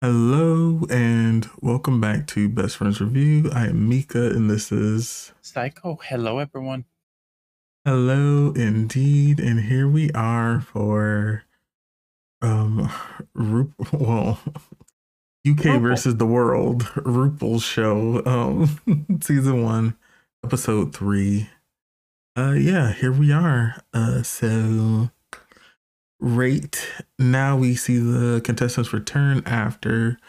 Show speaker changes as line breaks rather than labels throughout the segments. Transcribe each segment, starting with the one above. Hello and welcome back to Best Friends Review. I am Mika and this is
Psycho. Hello, everyone.
Hello indeed and here we are for um Ru- well UK
Rupel.
versus the world RuPaul's show um season 1 episode 3. Uh yeah, here we are. Uh so rate now we see the contestants return after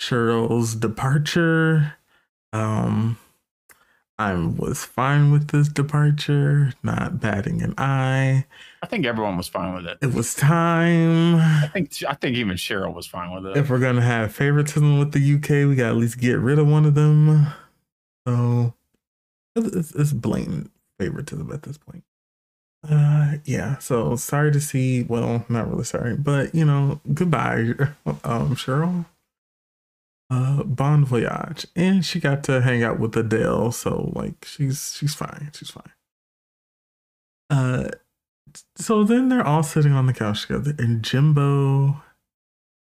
Cheryl's departure. Um, I was fine with this departure, not batting an eye.
I think everyone was fine with it.
It was time.
I think I think even Cheryl was fine with it.
If we're gonna have favoritism with the UK, we gotta at least get rid of one of them. So it's, it's blatant favoritism at this point. Uh, yeah. So sorry to see. Well, not really sorry, but you know, goodbye, um, Cheryl. Uh, bon voyage, and she got to hang out with Adele, so like she's she's fine. She's fine. Uh, so then they're all sitting on the couch together, and Jimbo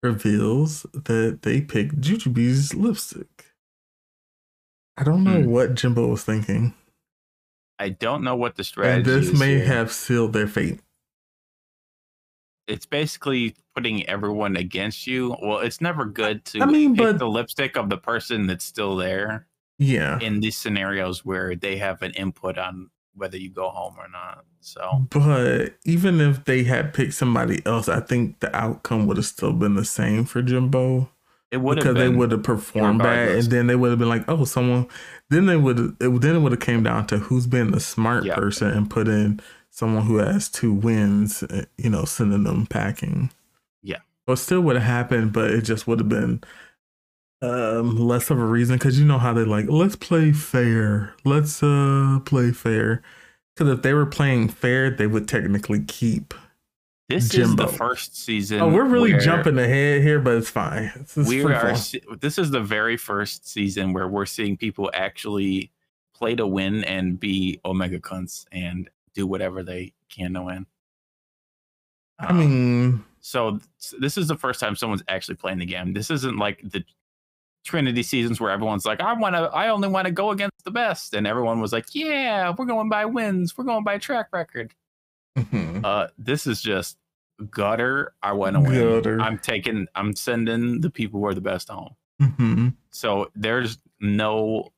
reveals that they picked Jujubee's lipstick. I don't know
Hmm.
what Jimbo was thinking,
I don't know what the
and
strategy
this
is.
may
here.
have sealed their fate.
It's basically putting everyone against you. Well, it's never good to
I mean,
pick
but-
the lipstick of the person that's still there
Yeah,
in these scenarios where they have an input on whether you go home or not. So
but even if they had picked somebody else, I think the outcome would have still been the same for Jimbo
it would have
because
been
they would have performed bad, and
regardless.
then they would have been like, "Oh, someone." Then they would. It, then it would have came down to who's been the smart
Yeah.
person and put in someone who has two wins. uh, You know, sending them packing.
Yeah.
Well, it still would have happened, but it just would have been um less of a reason because you know how they like let's play fair let's uh play fair because if they were playing fair they would technically keep
this
Jimbo.
is the first season.
oh we're really
where
jumping ahead here but it's fine It's- it's
we
free
are.
fall.
se- This is the very first season where we're seeing people actually play to win and be omega cunts and do whatever they can to win.
i
Um,
mean
so th- this is the first time someone's actually playing the game. This isn't like the Trinity seasons where everyone's like, "I want to, I only want to go against the best," and everyone was like, "Yeah, we're going by wins, we're going by track record."
mhm.
Uh, this is just gutter. I want to win.
Gutter.
I'm taking. I'm sending the people who are the best home.
Mhm.
So there's no,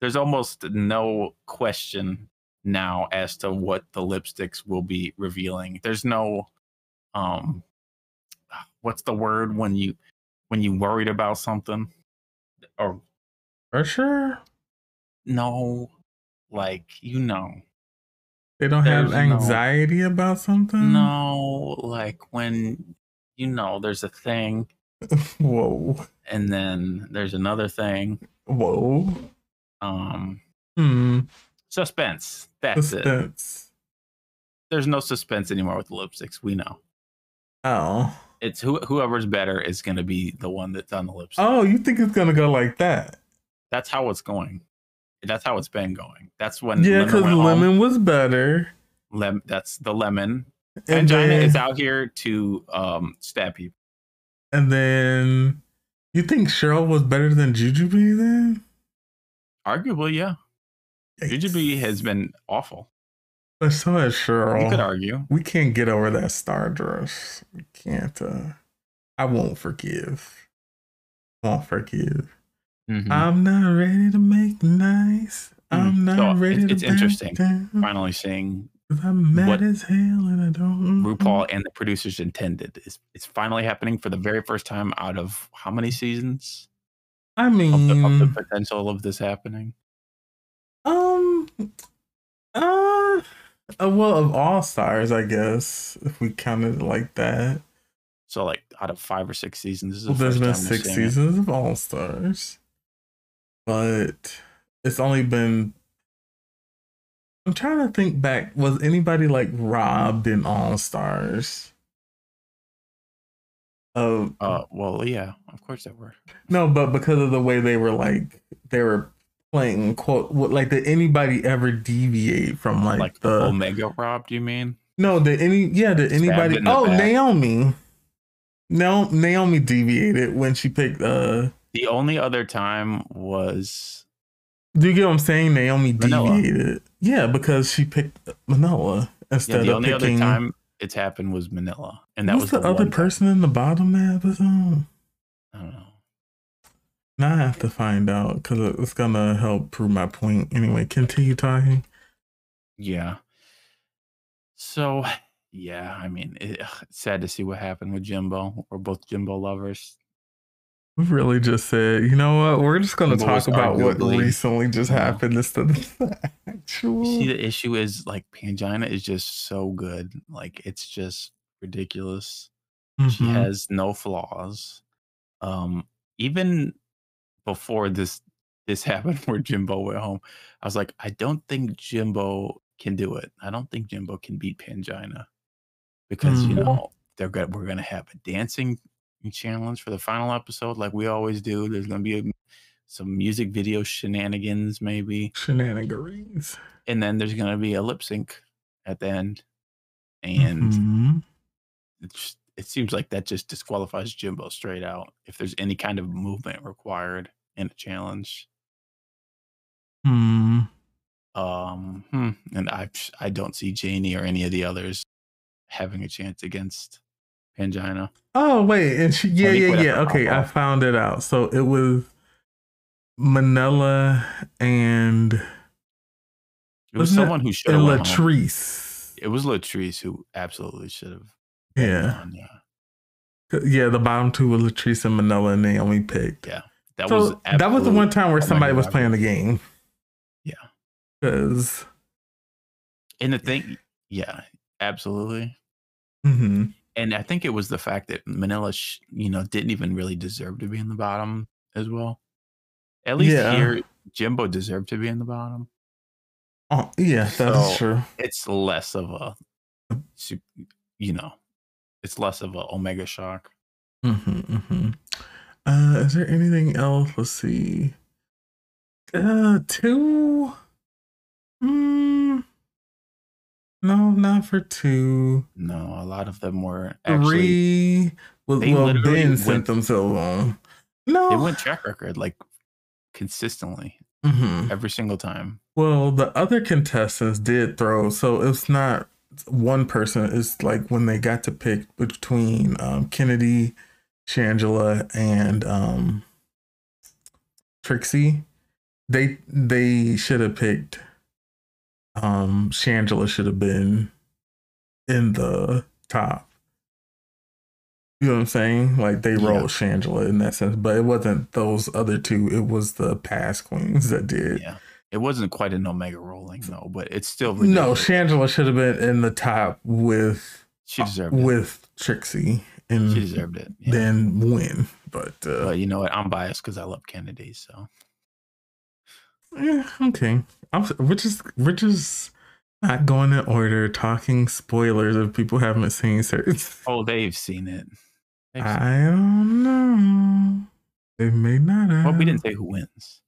there's almost no question now as to what the lipsticks will be revealing. There's no, um, what's the word when you when you worried about something, or
for sure
no, like you know,
they don't have
There's no-
anxiety about something
no, like when you know there's a thing
whoa
and then there's another thing.
whoa
Um,
hmm
suspense. That's it.
suspense
There's no suspense anymore with the lipsticks. We know.
oh
it's who, whoever's better is going to be the one that's on the lipstick.
oh you think it's gonna go like that
That's how it's going. That's how it's been going. That's when
yeah
lemon
because
went home.
lemon was better
Lem- that's the lemon.
And
And China
then-
is out here to um, stab people.
And then you think Cheryl was better than Jujubee then?
Arguably, yeah.
Yikes.
Jujubee has been awful.
But so has
You could
Cheryl.
argue.
We can't get over that star dress. We can't uh I won't forgive. Won't forgive.
Mhm.
I'm not ready to make nice. I'm
Mm.
not
So,
ready
it's-
to
it's
back
interesting.
down.
Finally seeing
'Cause I'm mad
what
as hell and I don't
RuPaul and the producers intended. It's, it's finally happening for the very first time out of how many seasons
I
of
mean
the, of the potential of this happening?
Um. Uh. uh, Well, of all stars, I guess if we counted it like that,
So like out of five or six seasons, this is the
well, there's
first
been
time we're
six
seeing it.
seasons of All Stars, but it's only been. I'm trying to think back. Was anybody like robbed in All Stars? Of
Uh, well, yeah, of course they were.
No, but because of the way they were like they were playing quote what like did anybody ever deviate from like,
Like
the
Omega Rob, do you mean?
No, did any yeah, did
Stabbed
anybody
in the
Oh,
back.
Naomi. No, Naomi deviated when she picked. uh
The only other time was
Do you get what I'm saying? Naomi
Manoa.
deviated. Yeah, because she picked Manoa
yeah,
instead
the
of
only
picking.
other time it's happened was Manila, and that
what's
was
the, other
one-
person in the bottom that episode?
I don't know.
Now I have to find out because it's gonna help prove my point. Anyway, continue talking.
Yeah. So, yeah, I mean, it, ugh, it's sad to see what happened with Jimbo. We're both Jimbo lovers.
We really just said, you know what? We're just gonna
What
talk
was
about what
arguably-
recently just
Yeah.
happened instead of the
You
actual.
see, the issue is like Pangina is just so good. Like, it's just ridiculous. She
Mhm.
has no flaws. Um, even before this this happened where Jimbo went home, I was like, I don't think Jimbo can do it. I don't think Jimbo can beat Pangina. Because you
Mhm.
know, they're gonna we're gonna have a dancing challenge for the final episode, like we always do. There's gonna be a, some music video shenanigans, maybe
shenanigans.
and then there's going to be a lip sync at the end and
Mhm.
it's, it seems like that just disqualifies jimbo straight out if there's any kind of movement required in a challenge
Hmm.
um hmm, and i i don't see janie or any of the others having a chance against pangina
Oh wait, and she yeah
think
yeah
whatever
yeah. Okay, I
combo.
found it out. So it was Manella and
it was
Wasn't it
someone who should
and
have went home.
Latrice.
it was latrice who absolutely should have
Yeah, yeah. The bottom two were Latrice and Manella, and Naomi picked.
Yeah, that
so
was
that was the
absolute-
one time where
oh my
somebody
God,
was
I
playing the game.
Yeah.
because
and the thing yeah absolutely
mm-hmm.
and I think it was the fact that Manila, sh- you know, didn't even really deserve to be in the bottom as well. At least
Yeah.
here, Jimbo deserved to be in the bottom.
oh, yeah, that's
So-
true.
It's less of a, su- you know, it's less of a Omega shock.
Mm-hmm, Uh, is there anything else? Let's see. Uh, two. Mm, no, not for two.
No, a lot of them were actually
Three. Well,
they
well
literally
Ben
went-
sent themselves on. No.
they went track record like consistently
Mhm.
every single time.
Well, the other contestants did throw, so it's not one person. It's like when they got to pick between um, Kennedy, Shangela, and um, Trixie. They they should have picked. Um, Shangela should have been in the top. You know what I'm saying? Like they
Yeah.
rolled Shangela in that sense, but it wasn't those other two. It was the past queens that did.
Yeah, it wasn't quite an Omega rolling though, but it's still
No,
ridiculous.
Shangela should have been in the top with
she deserved it.
with Trixie and
She deserved it. Yeah.
then win. But uh,
But you know what? I'm biased because I love Kennedy, so.
eh, okay, I'm, we're just we're just not going in order, talking spoilers if people haven't seen certain.
Oh, they've seen it. They've seen it.
I don't know. They may not. Have.
Well, we didn't say who wins.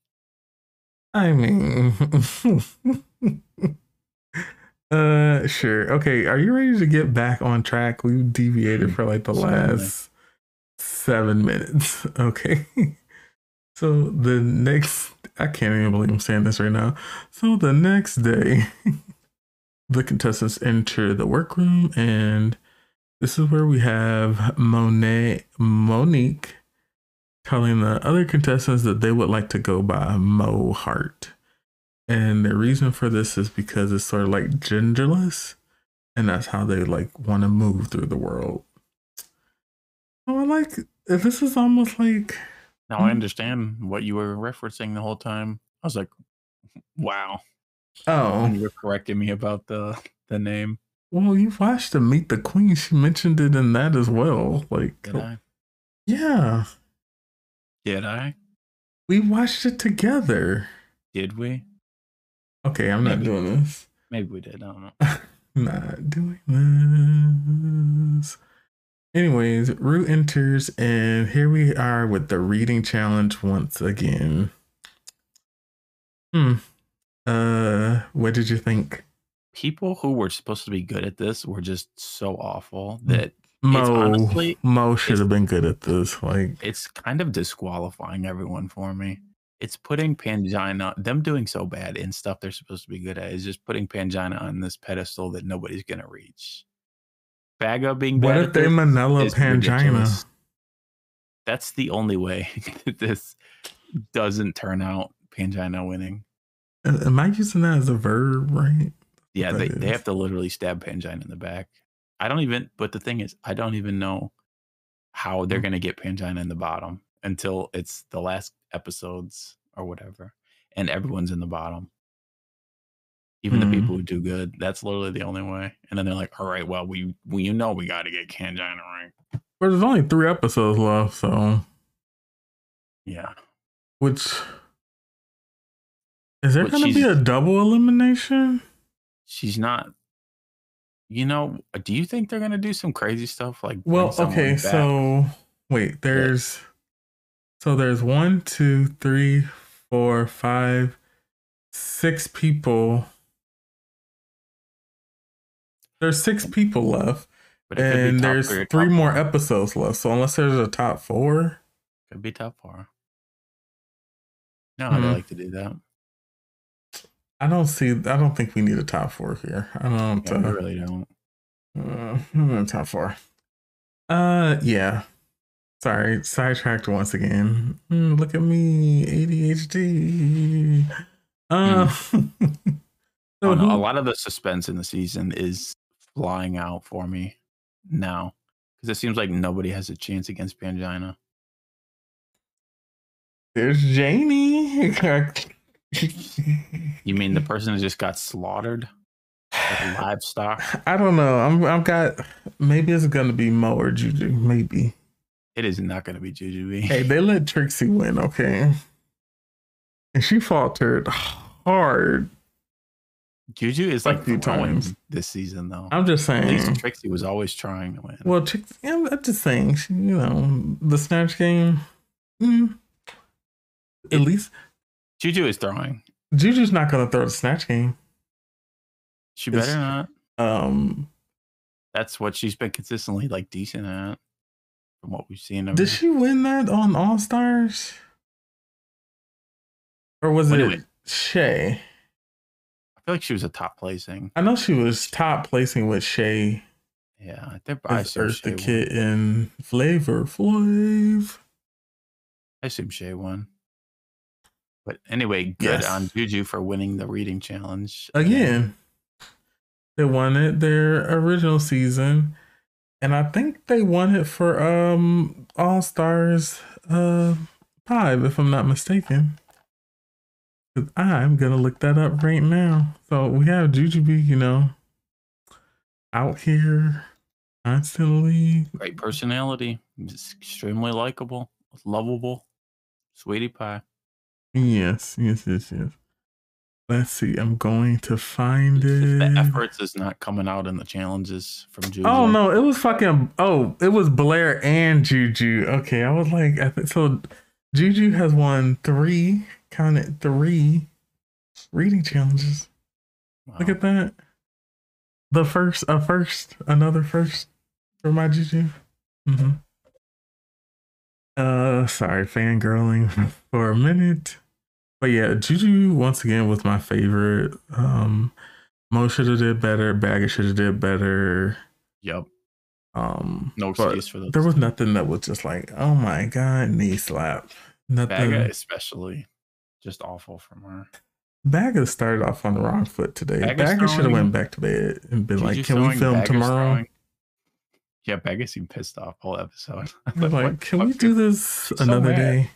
I mean. Uh sure. Okay, are you ready to get back on track? We deviated for like the
Certainly.
last 7 minutes. Okay. So the next I can't even believe I'm saying this right now. So the next day the contestants enter the workroom and this is where we have Monet Monique telling the other contestants that they would like to go by Mo Hart. And the reason for this is because it's sort of like genderless, and that's how they like want to move through the world. So I like this is almost like
Now
Mhm.
I understand what you were referencing the whole time. I was like, wow. When
oh
you were correcting me about the the name.
well you watched the Meet the Queen. She mentioned it in that as well. Like
Did I?
yeah,
Did I?
we watched it together.
Did we?
Okay, I'm not
Maybe.
doing this.
Maybe we did. I don't know.
not doing this. Anyways, Rue enters, and here we are with the reading challenge once again. Hmm. Uh, what did you think?
People who were supposed to be good at this were just so awful that
Mo
honestly-
Mo should have been good at this. Like
It's kind of disqualifying everyone for me. It's putting Pangina, them doing so bad in stuff they're supposed to be good at, is just putting Pangina on this pedestal that nobody's going to reach. Baga being
what
bad.
if
at
they
this
Manila
is
Pangina?
ridiculous. That's the only way that this doesn't turn out Pangina winning.
Am Uh, am I using that as a verb, right?
Yeah,
That
they,
is.
they have to literally stab Pangina in the back. I don't even, but the thing is, I don't even know how
Mm.
they're going to get Pangina in the bottom until it's the last episodes or whatever, and everyone's in the bottom. Even
Mhm.
the people who do good, that's literally the only way. And then they're like, all right, well, we, we you know we got to get Pangina right.
But there's only three episodes left, so
Yeah.
which is there
But
going to be
she's-
a double elimination?
She's not, you know, do you think they're going to do some crazy stuff? Like, bring
Well,
someone
okay,
back?
so wait, there's so there's one, two, three, four, five, six people. There's six people left,
But it could be
and
top
there's
or
three,
top
more
four.
episodes left. So unless there's a top four,
Could be top four. No,
Hmm.
I'd like to do that.
I don't see. I don't think we need a top four here. I don't.
Yeah, I
uh,
really don't.
Uh, hmm, top four. Uh, yeah. Sorry, sidetracked once again. Mm, look at me, ADHD. Uh,
Hmm. I
so
don't know. a
who-
lot of the suspense in the season is flying out for me now because it seems like nobody has a chance against Pangina.
there's Janie.
You mean
Mm.
the person who just got slaughtered, like livestock?
I don't know. I'm. I've got. Maybe it's gonna be Mo or Juju. Maybe.
It is not going to be Jujubee.
Hey, they let Trixie win. Okay. And she faltered hard.
Juju is
Fuck
like
you,
throwing
Times.
this season though.
I'm just saying.
At least Trixie was always trying to win.
Well, chick- I'm, I'm just saying, she, you know, the snatch game. Mm, at least
Juju is throwing.
Juju's not gonna throw the snatch game.
She
It's-
better not.
Um,
That's what she's been consistently like decent at, from what we've seen. of her.
did she win that on All Stars, or was
When
it
did we-
Shay?
I feel like she was a top placing.
I know she was top placing with Shay
Yeah, they're, I
as
assume
Earth
Shay
the
won.
Kid in Flavor Flav.
I assume Shay won. But anyway, good
Yes.
on Juju for winning the reading challenge
again. They won it their original season, and I think they won it for um All Stars uh five, if I'm not mistaken. 'Cause I'm gonna look that up right now. So we have Jujubee, you know, out here constantly.
Great personality, Just extremely likable, lovable, sweetie pie.
Yes, yes, yes, yes. Let's see. I'm going to find
It's just
it.
the efforts is not coming out in the challenges from Juju.
Oh no, it was fucking oh, it was Blair and Juju. Okay, I was like I think so Juju has won three, counted three reading challenges.
Wow.
Look at that. The first a first, another first for my Juju. hmm Uh sorry, fangirling for a minute. But yeah, Juju once again was my favorite. Um Mo should have did better, Baggett should have did better.
Yep.
Um,
No
but
excuse for those.
There was nothing that was just like, oh my god, knee slap. Nothing.
Baga,
Baga,
especially, just awful from her.
started off on the wrong foot today.
Bagga's
Baga should have
throwing-
went back to bed and been
Juju
like, can we
throwing,
film
Baga's
tomorrow?
throwing. Yeah, Baga seemed pissed off whole episode.
I'm like,
What
can
the
we
fuck
do
is-
this
so
another
mad.
day?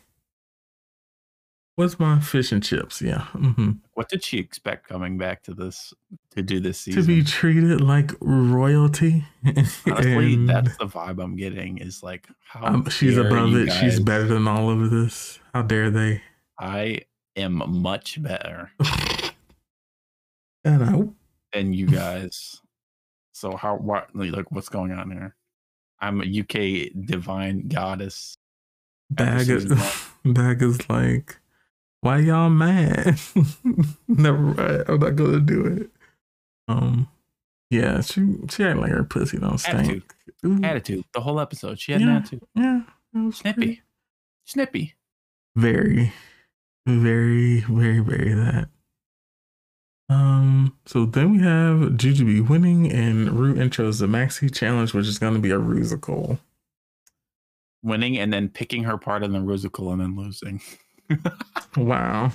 What's my fish and chips? Yeah. hmm
What did she expect coming back to this to do this season?
To be treated like royalty.
Honestly,
And,
that's the vibe I'm getting. Is like how
um, she's
dare
above
you
it. She's
guys-
better than all of this. How dare they?
I am much better
And I
than you guys. so how? What? Like, what's going on here? I'm a UK divine goddess.
Bag is,
season
bag is like, why y'all mad? Never mind. I'm not gonna do it. Um, Yeah, she she acted like her pussy don't
Attitude.
stink. Ooh,
Attitude. The whole episode. She had an
Mm. Yeah.
attitude.
Yeah, it was pretty-
Snippy. Snippy.
very very very very that um so then we have jujubee winning and rue intros the maxi challenge which is going to be a rusical
Winning and then picking her part in the musical and then losing.
wow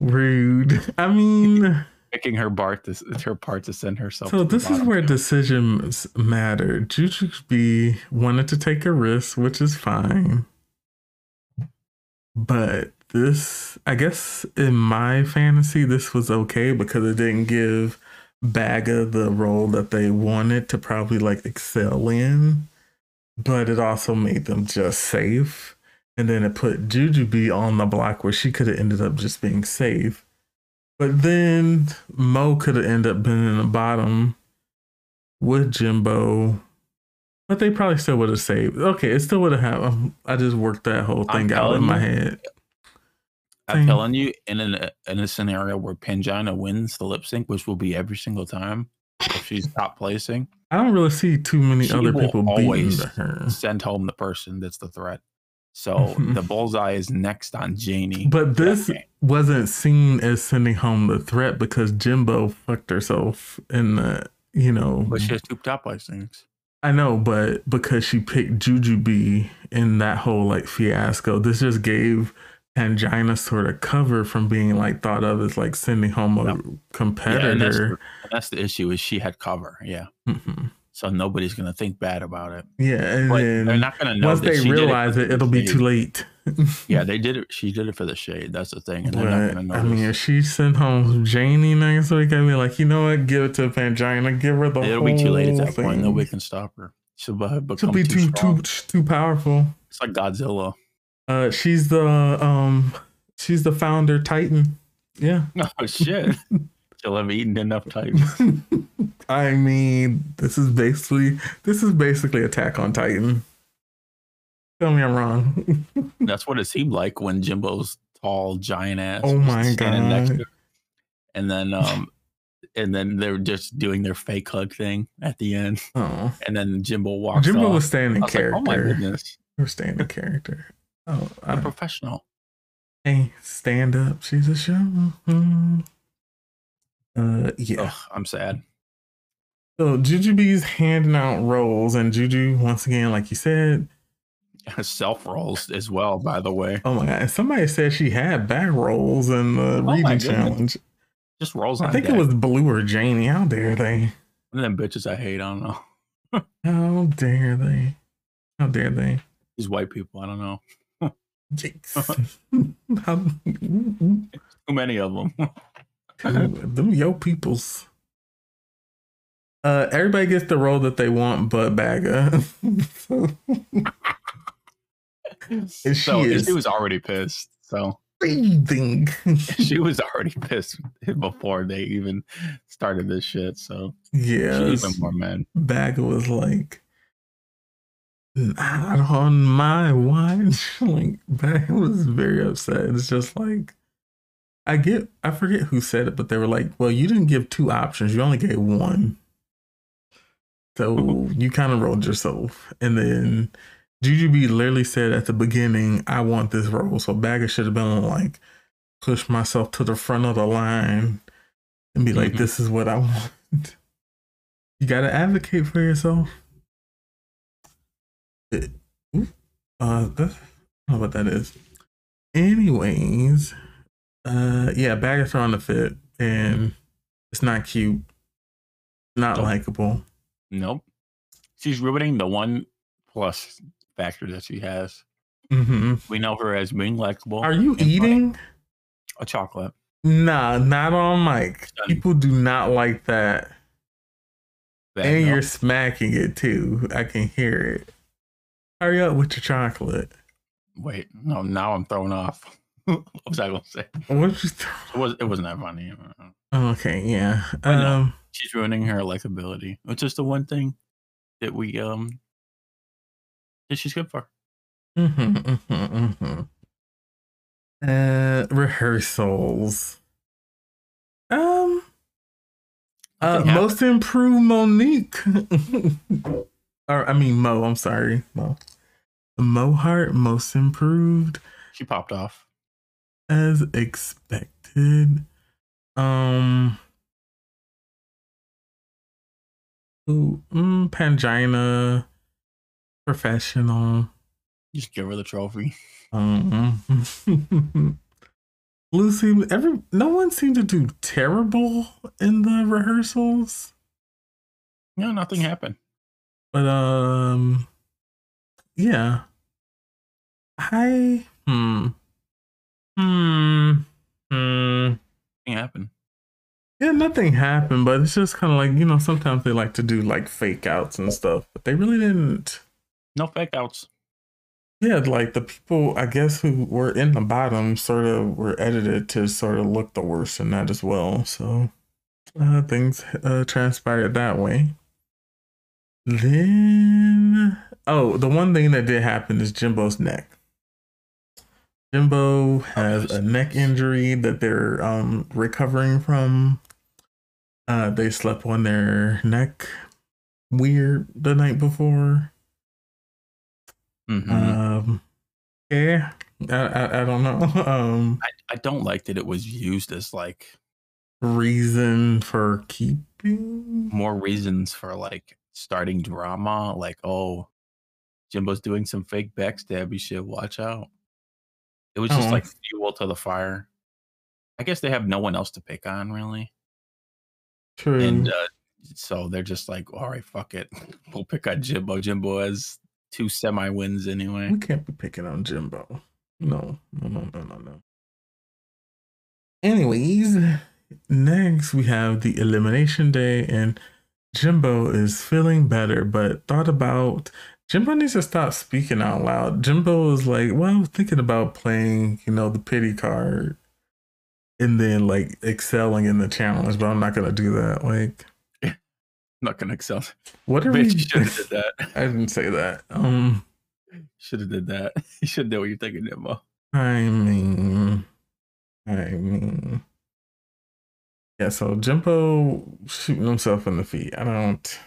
rude i mean
Picking her part to, her part to send herself.
so
to the
this is
bottom.
where decisions matter jujubee wanted to take a risk which is fine but this i guess in my fantasy this was okay because it didn't give Baga the role that they wanted to probably like excel in, but it also made them just safe. And then it put Jujubee on the block where she could have ended up just being safe. But then Mo could have ended up being in the bottom with Jimbo. But they probably still would have saved. Okay, it still would have happened. I just worked that whole
I'm
thing out in
telling
my
you.
head.
I'm
thing.
telling you, in an, in a scenario where Pangina wins the lip sync, which will be every single time if she's top placing,
I don't really see too many
She
other
will
people beating
always
her.
send home the person that's the threat. So the bullseye is next on Janie.
But this
Okay.
wasn't seen as sending home the threat because Jimbo fucked herself in the, you know.
but she has two top placings.
I know, but because she picked Jujubee in that whole like fiasco, this just gave Pangina sort of cover from being like thought of as like sending home a
Yeah. Yeah, and that's,
competitor.
and that's the issue is she had cover. Yeah.
Mhm. Yeah,
So nobody's gonna think bad about it.
and
But they're
then
not gonna know
once
that
they
she did
realize
for
it,
the
it, will be
shade.
too late.
Yeah, they did it. She did it for the shade. That's the thing, and they're
But,
not
I
gonna
mean,
know.
if she sent home Janie next week, I'd be like, you know what? Give it to Pangina. Give her the
It'll
whole
be too late at that
thing.
point. Nobody can stop her. She'll be-
She'll
uh, become
be too
strong.
too too powerful.
It's like Godzilla.
Uh, she's the um, she's the founder Titan. Yeah,
Oh shit! She'll have eaten enough times.
I mean, this is basically this is basically Attack on Titan. Tell me I'm wrong.
That's what it seemed like when Jimbo's tall giant ass.
Oh
was
my
standing next
God.
to her. And then, um, and then they're just doing their fake hug thing at the end.
oh,
And then Jimbo walks.
Jimbo
off.
was staying
I
in
was like,
character.
oh my goodness,
We're staying in character. Oh,
a
I,
professional.
hey, stand up. She's a show. Mhm. Uh, yeah.
Ugh, I'm sad.
So Jujubee's handing out roles, and Juju once again, like you said,
Self rolls as well, by the way.
oh my god, and somebody said she had back rolls in the
Oh my
reading
goodness.
challenge.
Just rolls.
I
on
think it
deck.
was Blue or Janie. How dare they?
one of them bitches I hate. I don't know.
How dare they? How dare they?
These white people. I don't know.
Yikes. How,
Too many of them.
them yo peoples. Uh, everybody gets the role that they want, but Bagga. so, she
so
is-
she was already pissed. So.
breathing.
she was already pissed before they even started this shit. So she's
yes.
even more mad.
Bagger was like, not on my watch. Like, Bagger was very upset. It's just like, I get, I forget who said it, but they were like, well, you didn't give two options. You only gave one. So you kind of rolled yourself. And then Jujubee literally said at the beginning, I want this role. So Bagger should have been like, push myself to the front of the line and be like,
Mhm.
this is what I want. You got to advocate for yourself. It- oop, Uh, that's, I don't know what that is. Anyways, uh, yeah, Bagger throwing the fit
Mm-hmm.
and it's not cute, not
Nope.
likable.
Nope. She's ruining the one plus factor that she has.
hmm
We know her as being likable.
Are you
Mm-hmm. and funny.
eating?
a chocolate?
Nah, not on mic.
Done.
People do not like that.
Bad
and
no.
you're smacking it too. I can hear it. Hurry up with your chocolate.
Wait, no. Now I'm thrown off. what was I gonna say?
What you? Th-
It was. It wasn't that funny.
okay, yeah.
Why not?
Um,
She's ruining her likability, which is the one thing that we um that she's good for.
mhm, mhm, mhm. Uh, rehearsals. Um, Uh,
Yeah.
Most improved Monique. or I mean Mo. I'm sorry, Mo. Mo Hart most improved
She popped off.
as expected. Um. Ooh, mm, Pangina, professional.
Just give her the trophy.
Um, Lucy, every no one seemed to do terrible in the rehearsals.
No, nothing happened.
But um yeah. I hmm. Hmm. Hmm.
Nothing happened.
Yeah, nothing happened, but it's just kind of like, you know, sometimes they like to do like fake outs and stuff, but they really didn't.
No fake outs.
Yeah, like the people, I guess, who were in the bottom sort of were edited to sort of look the worst in that as well. So uh, things uh, transpired that way. Then, oh, the one thing that did happen is Jimbo's neck. Jimbo has a neck injury that they're um, recovering from. Uh, they slept on their neck weird the night before.
Mhm.
Um, yeah, I, I, I don't know. Um,
I don't like that it was used as like
reason for keeping.
more reasons for like starting drama. Like, oh, Jimbo's doing some fake backstabby shit. Watch out. It was just
Oh.
like fuel to the fire. I guess they have no one else to pick on really,
True.
and uh, so they're just like, all right, fuck it, we'll pick on Jimbo. Jimbo has two semi wins anyway.
we can't be picking on Jimbo. No, no, no, no, no, no. Anyways, next we have the elimination day, and Jimbo is feeling better, but thought about Jimbo needs to stop speaking out loud. Jimbo is like, well, I was thinking about playing, you know, the pity card and then like excelling in the challenge, but I'm not gonna do that. Like,
not gonna excel.
what are
Bitch,
we?
you should have did that.
I didn't say that. Um,
Should have did that. You should know what you're thinking, Jimbo.
I mean, I mean, yeah. So Jimbo shooting himself in the feet. I don't,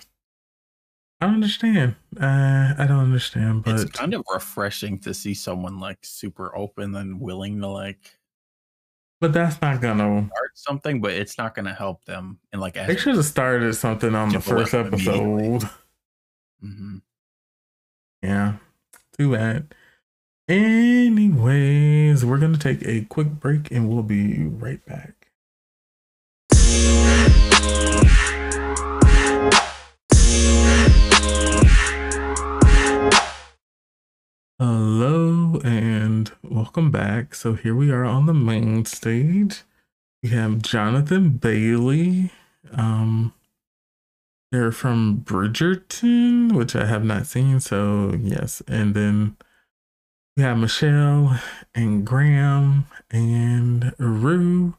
I don't understand. Uh, I don't understand. But
it's kind of refreshing to see someone like super open and willing to like
but that's not gonna.
start something, but it's not going to help them. And like,
They should have started something on the
Jimbo
first
went immediately.
episode.
Mhm.
Yeah, too bad. Anyways, we're gonna take a quick break and we'll be right back. Hello and welcome back. So here we are on the main stage. We have Jonathan Bailey. Um they're from Bridgerton, which I have not seen, so yes. And then we have Michelle and Graham and Rue.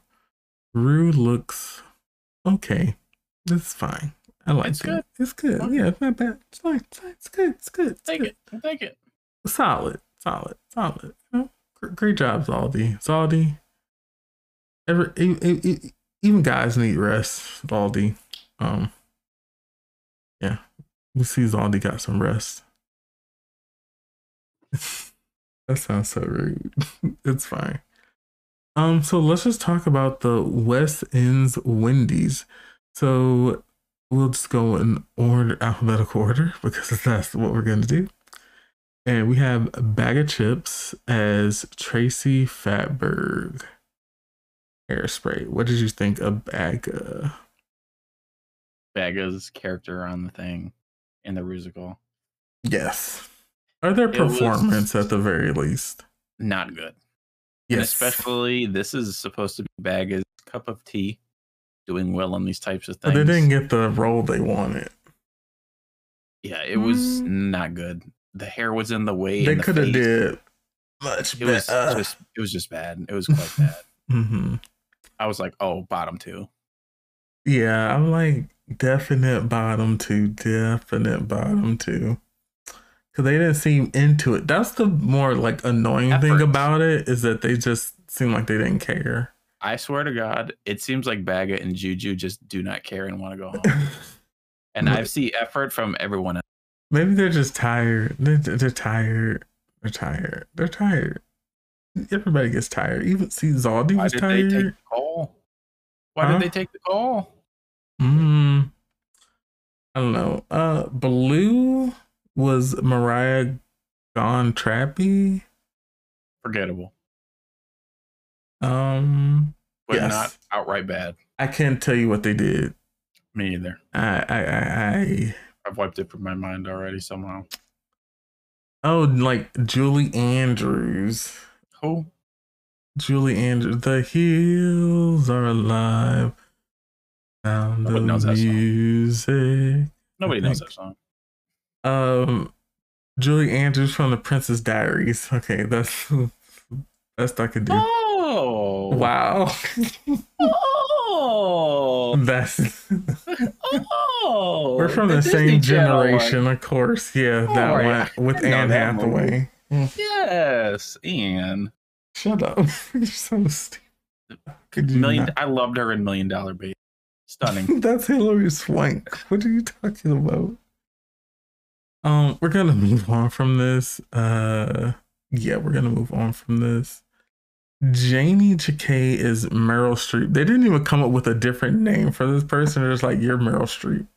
Rue looks okay. It's fine. I like
It's
it.
good.
It's good.
Fine.
Yeah, it's not bad. It's fine. It's, fine. it's good. It's good. It's
Take
good
it. Take it.
solid, solid, solid. You know, gr- Great job, Zaldi. Zaldi. Every e- e- e- even guys need rest, Zaldi. Um, yeah, we see Zaldi got some rest. that sounds so rude. it's fine. Um, so let's just talk about the West End's Wendy's. So we'll just go in order alphabetical order because that's what we're gonna do. And we have a bag of chips as Tracy Fatberg hairspray. What did you think of bag uh, of?
Vaga's character on the thing in the musical.
Yes. Or their
It was-
performance at the very least.
Not good. And
Yes.
especially this is supposed to be Baga's cup of tea doing well on these types of
But
things.
they didn't get the role they wanted.
yeah, it was
Mm.
not good. The hair was in the way.
they
and the
could have
face.
did much
It was
better.
just it was just bad. It was quite bad.
hmm
I was like, oh, bottom two.
Yeah, I'm like definite bottom two, definite bottom two. Cause they didn't seem into it. That's the more like annoying thing
Effort.
about it is that they just seem like they didn't care.
I I swear to God, it seems like Baga and Juju just do not care and want to go home. And I
Right.
see effort from everyone. else.
Maybe they're just tired. They're, they're tired. They're tired. They're tired. Everybody gets tired. Even see Zaldi
Why
was
did they take
tired.
the call? Why
Huh?
did they take the call?
Mm, I don't know. Uh, Blue was Mariah gone trappy.
Forgettable,
Um,
but
Yes.
not outright bad.
I can't tell you what they did.
Me either.
I, I, I, I
I've wiped it from my mind already somehow.
oh, like Julie Andrews.
Who?
Julie Andrews. The hills are alive. Sound
Nobody knows
of
that song.
music.
Nobody
I
knows
think-
that song.
Um, Julie Andrews from The Princess Diaries. Okay, that's best I could do.
Oh
Wow,
Oh,
that's
oh.
we're from the,
Disney
same
Channel one.
generation, of course. Yeah,
Oh,
that
yeah.
one
I
with
know
Anne
that movie.
Hathaway.
Yes, and
Shut up! You're so stupid. Could you
million.
not?
I loved her in Million Dollar Baby. Stunning.
That's Hillary Swank. What are you talking about? Um, we're gonna move on from this. Uh, yeah, we're gonna move on from this. Janie Jacquet is Meryl Streep. They didn't even come up with a different name for this person. They're just like, you're Meryl Streep.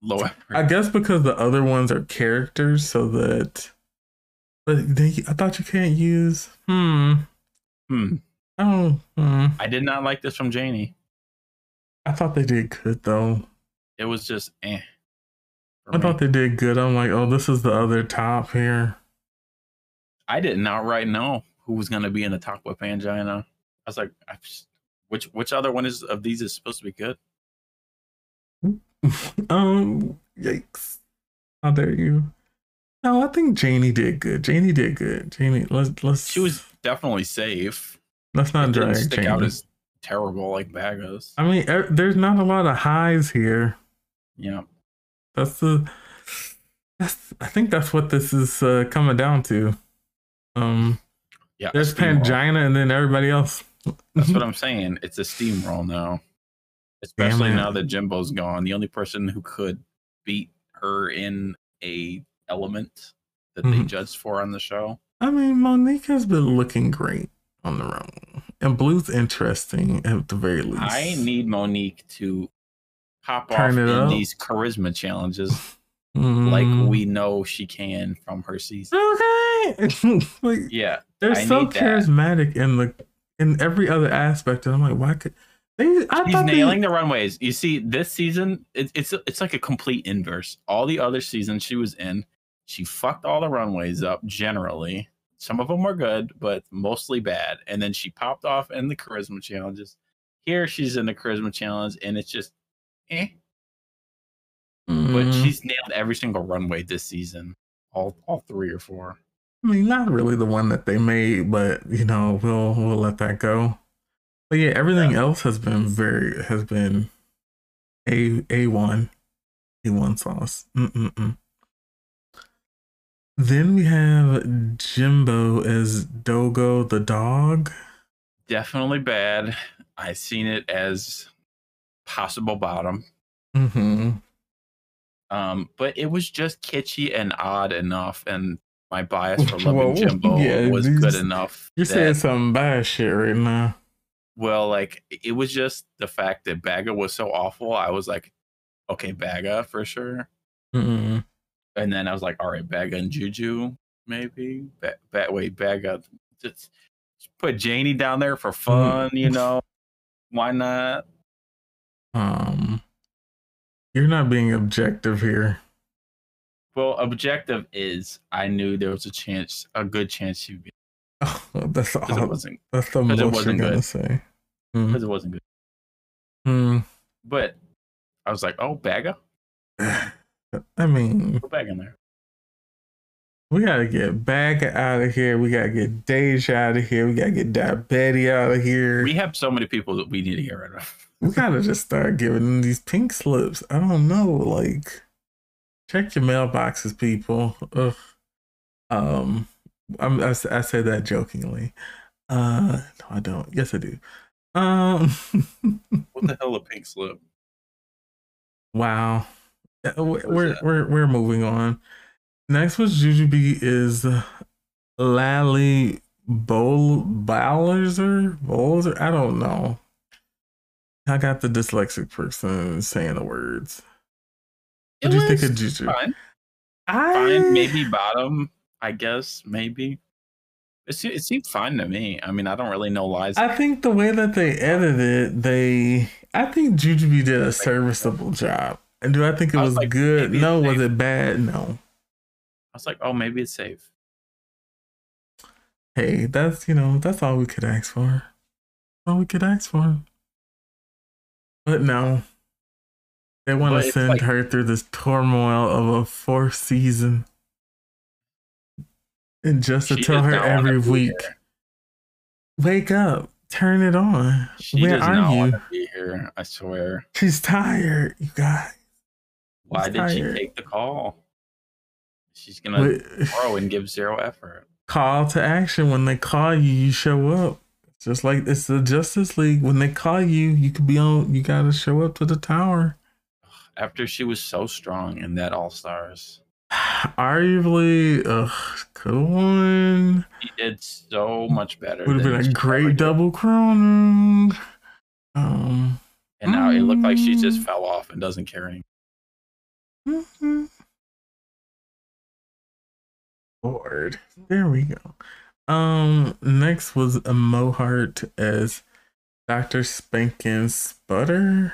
Low
I
effort.
guess because the other ones are characters, so that. But they, I thought you can't use. Hmm.
Hmm.
Oh. Hmm.
I did not like this from Janie.
I thought they did good though.
It was just eh. for
I
me.
thought they did good. I'm like, oh, this is the other top here.
I didn't outright know who was going to be in the top with Pangina. I was like, I just- which which other one is of these is supposed to be good?
um, yikes! How dare you? No, I think Janie did good. Janie did good. Janie, let's let's
She was definitely safe.
let's not
It didn't
drag
stick
Janie.
out as terrible like Bagos.
I mean, er, there's not a lot of highs here.
Yeah.
That's the that's I think that's what this is uh, coming down to. Um,
Yeah.
there's
steamroll.
Pangina, and then everybody else.
That's what I'm saying. It's a steamroll now. Especially
it.
now that Jimbo's gone. The only person who could beat her in a element that they
Mhm.
judged for on the show.
I mean, Monique has been looking great on the own, and Blue's interesting at the very least.
I need Monique to pop off
Turn it
in
up.
these charisma challenges
Mm.
like we know she can from her season.
okay. like
Yeah,
they're
I
so
need that.
charismatic in the in every other aspect, and I'm like, why could they? I
she's
thought they-
nailing the runways. You see, this season it, it's it's like a complete inverse. All the other seasons she was in, she fucked all the runways up. Generally, some of them were good, but mostly bad. And then she popped off in the charisma challenges. Here she's in the charisma challenge, and it's just, eh. But
Mm.
she's nailed every single runway this season. All all three or four.
I mean, not really the one that they made, but you know, we'll we'll let that go. But yeah, everything else has been very has been a a one, a one sauce. Mm-mm-mm. Then we have Jimbo as Dogo the dog.
definitely bad. I seen it as possible bottom.
Mm-hmm.
Um, but it was just kitschy and odd enough, and my bias for loving
Whoa,
Jimbo
yeah,
was
these-
good enough.
You're
that-
saying some bad shit right now.
well, like it was just the fact that Baga was so awful. I was like, okay, Baga for sure.
Mm-mm.
And then I was like, all right, Baga and Juju maybe. Ba- ba- wait, Baga. Just just put Janie down there
Hmm.
for fun, you know? Why not?
Um, you're not being objective here.
Well, objective is I knew there was a chance, a good chance she'd be
Oh, that's
because it
all.
wasn't
That's the
'cause it
most you're
wasn't
gonna
good. Hmm.
say. Mm.
because it wasn't good.
Mm.
But I was like, oh, Baga,
I mean,
go back in there.
we gotta get back out of here. We gotta get Deja out of here. We gotta get Diabetes out of here. We,
We have so many people that we need to get rid of.
gotta just start giving them these pink slips. I don't know. Like, check your mailboxes, people. Ugh. Um, I'm, I, s- I say that jokingly. Uh, no, I don't. Yes, I do. Um,
What the hell a pink slip?
wow. Uh, we-
What was
We're
that?
we're we're moving on. Next was Jujubee is Lally Bowl Bowlerzer Bowlerzer. I don't know. I got the dyslexic person saying the words. What do you think of Juju?
fine.
I
Fine, maybe bottom. I guess maybe. It, se- it seemed fine to me. I mean, I don't really know lies.
I think the way that they edited, they I think Jujubee did a serviceable job. And do I think it
I was
was
like,
good?
maybe
No,
it's
was
safe.
it bad? No.
I was like, oh, maybe it's safe.
Hey, that's you know, that's all we could ask for. All we could ask for. But no. They want
But
to
it's
send
like-
her through this turmoil of a fourth season. And just to
She
tell
does
her
not wanna
every
be
week,
here.
wake up, turn it on.
She
Where
does
are
not
you?
want to be here. I swear.
She's tired, you guys.
Why did she
tired.
take the call? She's gonna
But-
throw and give zero effort.
call to action. When they call you, you show up. It's Just like it's the Justice League. When they call you, you could be on. You gotta show up to the tower.
After she was so strong in that All Stars,
Arguably, ugh, could have won.
she did so much better.
Would have
than
been
she
a
ever
great
did.
double crown. Um,
And now it looked like she just
Mm.
fell off and doesn't care anymore.
mhm. Lord, there we go. Um, next was a Mohart as Doctor Spankin Sputter.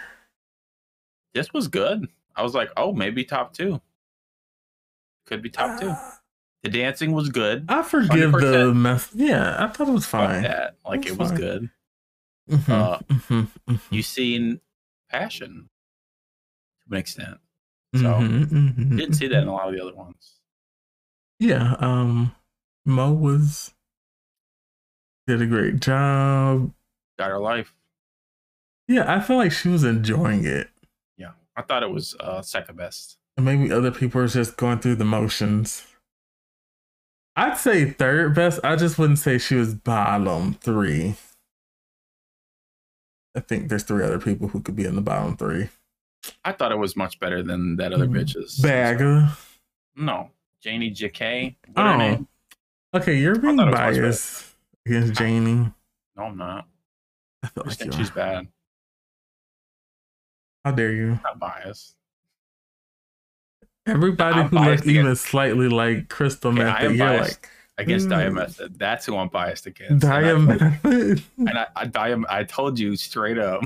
This was good. I was like, oh, maybe top two. Could be top two.
Ah.
The dancing was good.
I forgive the
100%.
mess. Yeah, I thought it was
Fuck
fine.
that. Like
That's
it was
fine.
good.
Mhm,
Uh,
mhm, mhm,
You seen passion to an extent. so,
mhm, mhm,
Oh. Didn't see that in
mhm.
a lot of the other ones.
Yeah. Um, Mo was did a great job.
Got her life.
Yeah, I feel like she was enjoying it.
Yeah. I thought it was uh second best.
And maybe other people are just going through the motions. I'd say third best. I just wouldn't say she was bottom three. I think there's three other people who could be in the bottom three.
I thought it was much better than that other
Mm.
bitches.
Bagger.
No. Janie JK. What her
Oh.
name?
Okay, you're being
thought it was much better.
biased against Janie.
No, I'm not.
I feel
I just
like
think
you
she's
are.
bad.
How dare you?
Not biased.
Everybody
I'm
who looks
biased against-
even slightly like Crystal
Okay, I
Method,
am
you're
biased I guess
Mm.
Dia Method. That's who I'm biased against.
like
And I
Diamond.
told- And I, I, Dia- I told you straight up.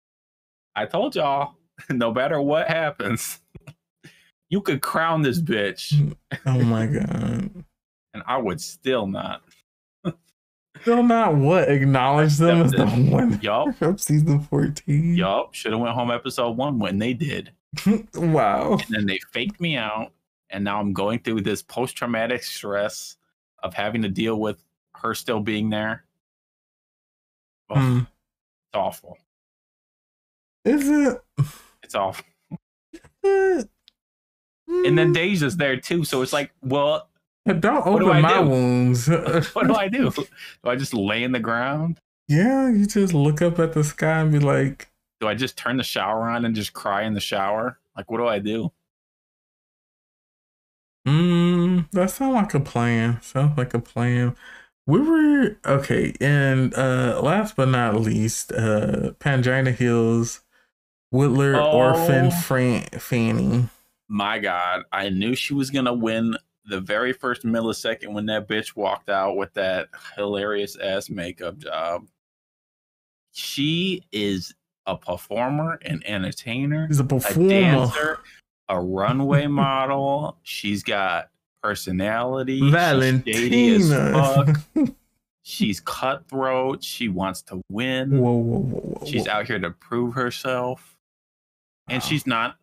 I told y'all, no matter what happens, you could crown this bitch,
oh my god.
and I would still not.
Still not what acknowledge them as the one
Yup,
from season 14.
yup. Should have went home episode one when they did,
wow.
and then they faked me out, and now I'm going through this post traumatic stress of having to deal with her still being there. Ugh,
Hmm.
It's awful.
Is it?
It's awful.
And
And then Deja's there too, so it's like, well,
Hmm. don't
what do
open
I
my
do?
wounds.
what do I do? Do I just lay in the ground?
yeah, you just look up at the sky and be like,
Do I just turn the shower on and just cry in the shower? Like, what do I do?
Mm, that sounds like a plan. Sounds like a plan. We were okay, and uh last but not least, uh Pangina Hills, Whitler
Oh.
Orphan Fran- Fanny.
My God, I knew she was gonna win the very first millisecond when that bitch walked out with that hilarious ass makeup job. She is a performer, an entertainer,
He's a
a
performer.
dancer, a runway model. She's got personality. She's shady as fuck.
Valentina. whoa,
She's cutthroat. She wants to win.
whoa, whoa, whoa, whoa.
She's out here to prove herself. And
Wow.
she's not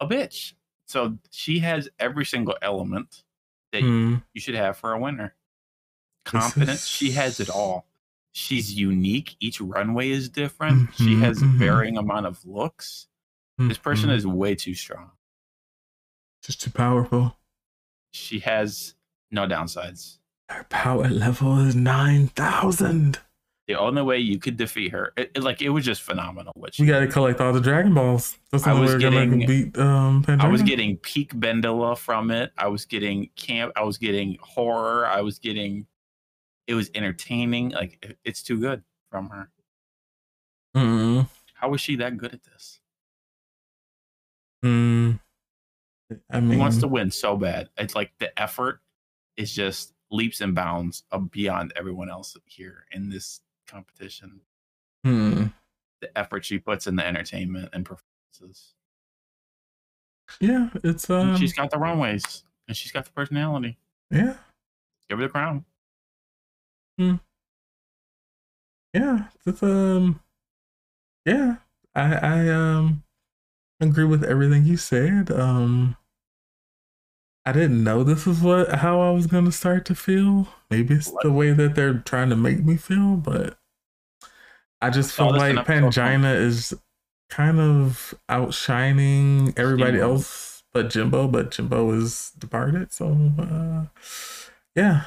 a bitch. So she has every single element that
Mm,
you should have for a winner.
is-
Confidence, she has it all. She's unique. Each runway is different. she
Mhm,
has
mhm.
varying amount of looks. This person
mm,
is way too strong.
just too powerful.
She has no downsides.
Her power level is 9,000.
The only way you could defeat her, it, it- like it was just phenomenal. What she
We got to collect all the Dragon Balls. That's
I
how
was
we're going to
getting-
beat um, Pandora.
I was getting peak Bendela from it. I was getting camp. I was getting horror. I was getting. It was entertaining. Like it- it's too good from her.
Mm,
How is she that good at this?
mm. I mean,
He wants to win so bad. It's like the effort is just leaps and bounds of beyond everyone else here in this competition.
mm.
The effort she puts in the entertainment and performances.
yeah, it's
And
um,
she's got the runways and she's got the personality.
yeah,
Give her the crown.
yeah, it's um, yeah. I I um agree with everything you said. Um, I didn't know this is what how I was gonna start to feel. Maybe it's the way that they're trying to make me feel, but I just
Oh,
feel
that's
like
enough talking.
Pangina is kind of outshining everybody
Jimbo.
else but Jimbo, but Jimbo is departed, so uh, yeah.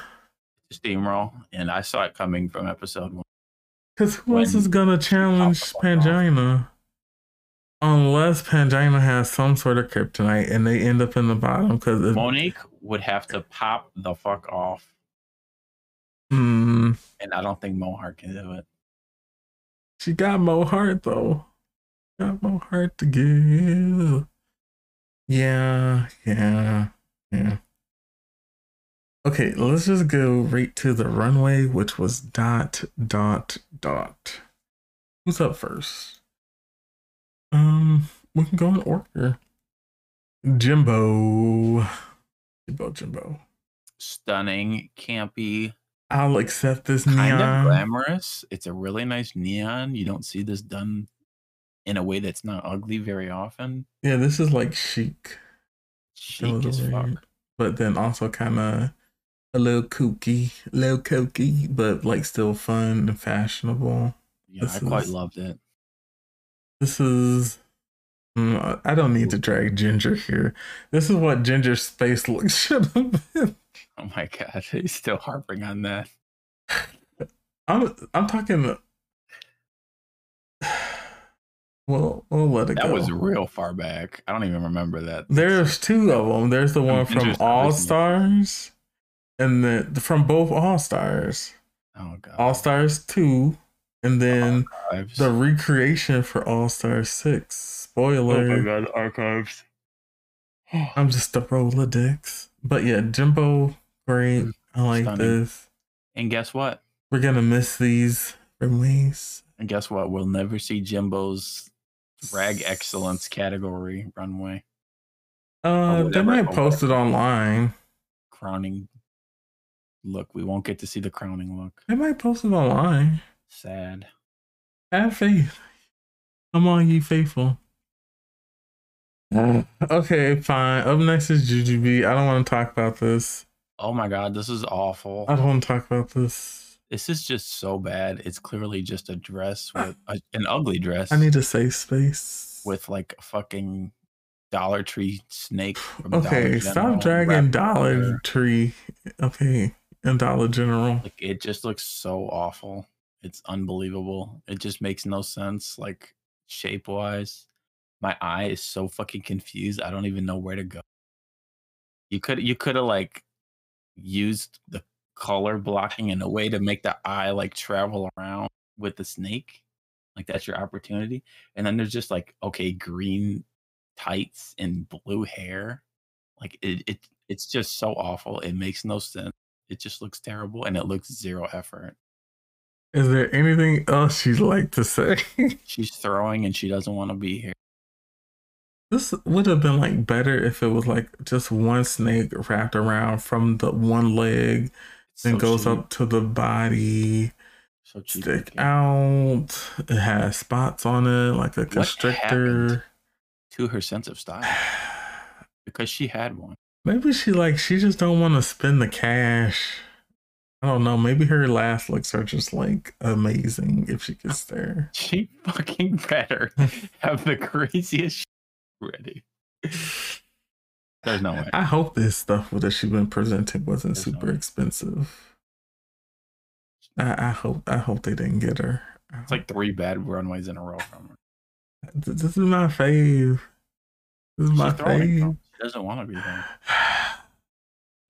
Steamroll. And I saw it coming from episode one.
Because who else
when
is gonna challenge
the fuck off.
Pangina? Unless Pangina has some sort of kryptonite and they end up in the bottom. Because
Monique would have to pop the fuck off.
mm,
And I don't think Mohar can do it.
she got more heart though. Got more heart to give. Yeah, yeah, yeah. Okay, let's just go right to the runway, which was dot dot dot. Who's up first? Um, we can go in order. Jimbo, Jimbo, Jimbo.
Stunning, campy,
I'll accept this
kind
neon.
of glamorous. It's a really nice neon. You don't see this done in a way that's not ugly very often.
yeah, this is like chic.
Chic
was
as
a
fuck.
weird- but then also kind of a little kooky, a little kooky, but like still fun and fashionable.
Yeah, I
This
quite
is-
loved it.
This is. Mm, I- I don't need to drag Ginger here. This is what Ginger's space look should have been.
Oh my god, he's still harping on that.
I'm I'm talking. Well, we'll let it
That
go.
was real far back. I don't even remember that.
There's two of them. There's the one from
Ginger's
All
obviously-
Stars, and the from both All Stars,
oh god,
All Stars two, and then
archives.
The recreation for All Star Six. Spoiler.
Oh god, archives.
I'm just a Rolodex. But yeah, Jimbo, great. I like
Stunning.
this.
And guess what?
We're gonna miss these runways.
And guess what? We'll never see Jimbo's drag excellence category runway
Uh, they
whatever,
might
or
post it online.
crowning look. We won't get to see the crowning look.
They might post it online.
Sad.
Have faith. Come on, ye faithful. Okay, fine. Up next is Jujubee. I don't want to talk about this.
Oh my god, this is awful.
I don't want to talk about this.
This is just so bad. It's clearly just a dress with a, an ugly dress
Uh I need a safe space.
with like a fucking Dollar Tree snake. From
Okay,
Dollar General
stop dragging
wrapped
Dollar
around her.
Tree. Okay, and Dollar General.
Like it just looks so awful. It's unbelievable. It just makes no sense. Like shape wise, my eye is so fucking confused. I don't even know where to go. You could you could have like used the color blocking in a way to make the eye like travel around with the snake. Like that's your opportunity. And then there's just like okay, green tights and blue hair. Like it, it it's just so awful. It makes no sense. It just looks terrible and it looks zero effort.
Is there anything else you'd like to say?
She's throwing and she doesn't want to be here.
this would have been like better if it was like just one snake wrapped around from the one leg,
It's
then
so
goes
cheap,
up to the body,
so cheap
stick
looking.
out. It has spots on it like a constrictor.
to her sense of style because she had one.
Maybe she like she just don't want to spend the cash. I don't know. Maybe her last looks are just like amazing if she gets there.
She fucking better have the craziest shit ready. There's no way.
I hope this stuff that she's been presenting wasn't
There's no
super
way.
expensive. I, I hope I hope they didn't get her. I
It's like three bad runways in a row from her.
hope- this is my fave. This is my
She's throwing it,
fave.
though. She doesn't want to be there.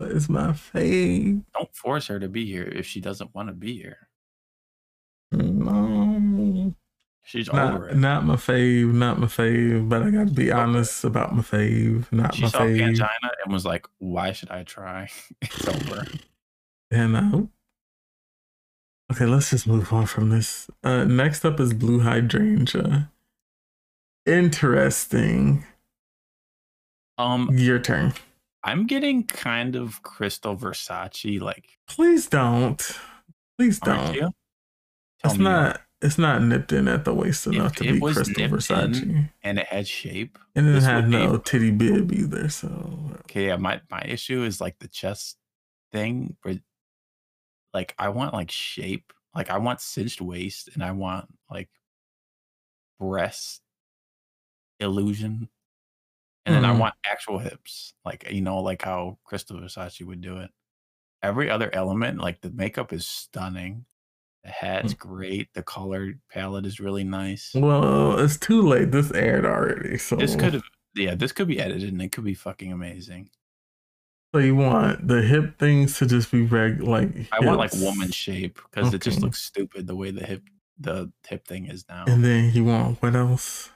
But it's my fave.
Don't force her to be here if she doesn't want to be here.
No.
She's over
Not,
it.
not my fave, not my fave, but I gotta be honest about my fave, not
she
my
saw
fave.
angina and was like, "Why should I try?" it's over.
And uh, okay, let's just move on from this. Uh, next up is blue hydrangea. Interesting.
Um,
Your turn.
I'm getting kind of Crystal Versace like.
Please don't. Please
Aren't
don't.
you? Tell
It's
me you
not. It's not nipped in at the waist enough to
it
be
was
Crystal
nipped in-
Versace,
and it had shape.
and it
this
had
would be-
no titty bib either. So
Okay, yeah, my my issue is like the chest thing, but like I want like shape, like I want cinched waist, and I want like breast illusion, and then I
Hmm.
want actual hips, like you know, like how Crystal Versace would do it. Every other element, like the makeup, is stunning. The hat's great. The color palette is really nice.
well, it's too late. This aired already. So
This could have, yeah, this could be edited, and it could be fucking amazing.
So you want the hip things to just be reg like
I want like
hips,
woman shape because it just
Okay.
looks stupid the way the hip the hip thing is now.
and then you want what else?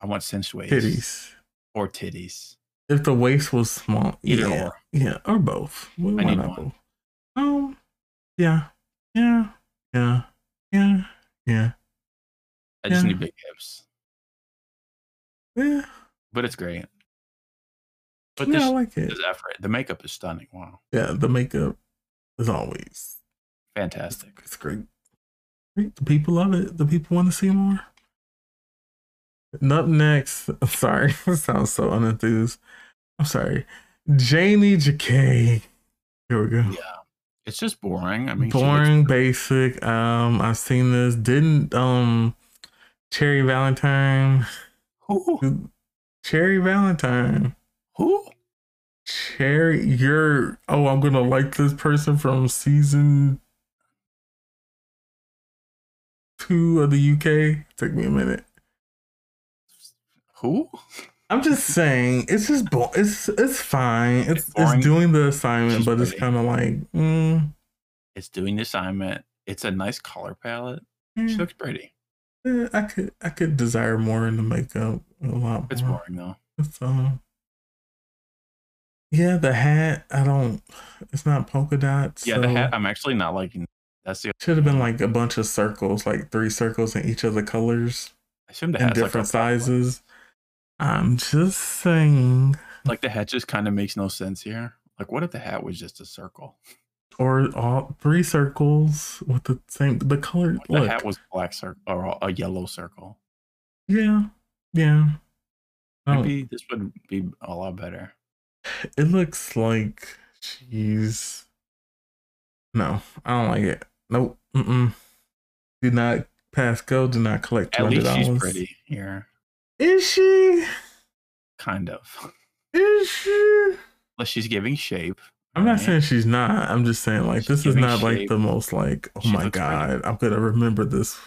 I want cinch waist
Titties.
or titties.
If the waist was small,
Either
yeah,
or.
yeah, or both. We
I
want
need
that
one.
both. Um, yeah, yeah, yeah, yeah, yeah,
I just
Yeah.
need big hips,
yeah.
but it's great. But
But yeah, I
this,
like it.
this effort, the makeup is stunning. Wow,
Yeah, the makeup is always it's,
fantastic.
it's great. Great. The people love it. The people want to see more. And Up next, I'm sorry, this sounds so unenthused. I'm sorry, Janie Jacquet. Here we go.
Yeah, it's just boring. I mean, she looks-
boring basic um i've seen this didn't um cherry valentine
Who?
cherry valentine
Who?
cherry you're oh i'm gonna like this person from season two of the uk took me a minute
Who?
i'm just saying it's just bo- it's it's fine it's
It's
it's,
boring.
doing the assignment
She's
but it's
pretty.
kind of like mm,
It's doing the assignment. It's a nice color palette. She
eh,
looks pretty.
eh, i could i could desire more in the makeup a lot
It's
more.
boring though.
It's um Yeah, the hat, I don't it's not polka dots.
Yeah, the hat. I'm actually not liking. That's the.
should have been like a bunch of circles, like three circles in each of the colors
I assume the
and
hat's like a
different
problem.
sizes. I'm just saying
like the hat just kind of makes no sense here. Like, what if the hat was just a circle?
or all three circles with the same the color
What if the
look.
hat was black circle or a yellow circle?
yeah. Yeah. I don't-
Maybe this would be a lot better.
it looks like she's no, I don't like it. Nope. Mm-mm. Do not pass go. Do not collect.
At least she's
$200.
pretty here,
Is she?
kind of.
Is she?
Unless she's giving shape.
I'm not
right?
saying she's not. I'm just saying like
She's
this is
giving
not like
shape.
the most like oh
She
my
looks pretty.
god I'm gonna remember this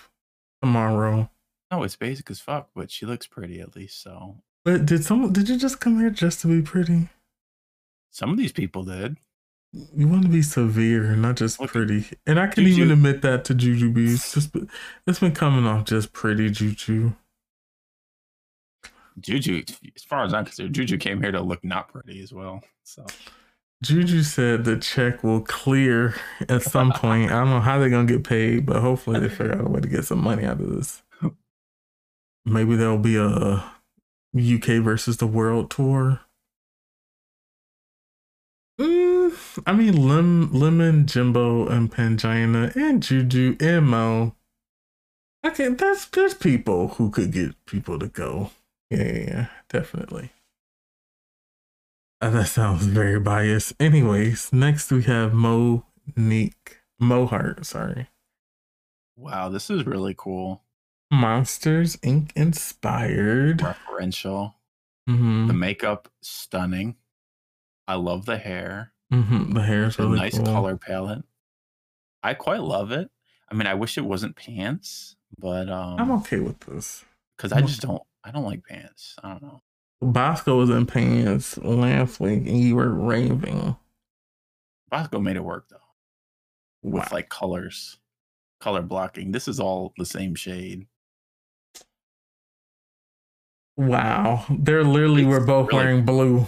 tomorrow.
no, it's basic as fuck, but she looks pretty at least. So
But did someone did you just come here just to be pretty?
some of these people did.
You want to be severe, not just
Look,
pretty. And I can even
Juju-
admit that to Juju Bees. Just it's been coming off just pretty Juju.
Juju, as far as I'm concerned, Juju came here to look not pretty as well. So
Juju said the check will clear at some point. I don't know how they're gonna get paid, but hopefully they figure out a way to get some money out of this. Maybe there'll be a UK versus the world tour. Mm, I mean, Lim, Lemon, Jimbo, and Pangina, and Juju, and Mo. Okay, that's there's people who could get people to go. Yeah, yeah, yeah definitely. Uh, that sounds very biased. Anyways, next we have Monique Mohart, sorry.
wow, this is really cool.
Monsters Inc. inspired.
Referential.
Mm-hmm.
The makeup stunning. I love the hair.
Mm-hmm. The hair is
It's a
really
nice
cool.
color palette. I quite love it. I mean, I wish it wasn't pants, but
I'm
um,
okay with this.
because
I'm
I
o-
just don't. I don't like pants. I don't know.
Bosco was in pants last week, and you were raving.
Bosco made it work though
Wow.
with like colors, color blocking. This is all the same shade.
wow, they're literally
It's
we're both
really-
wearing blue.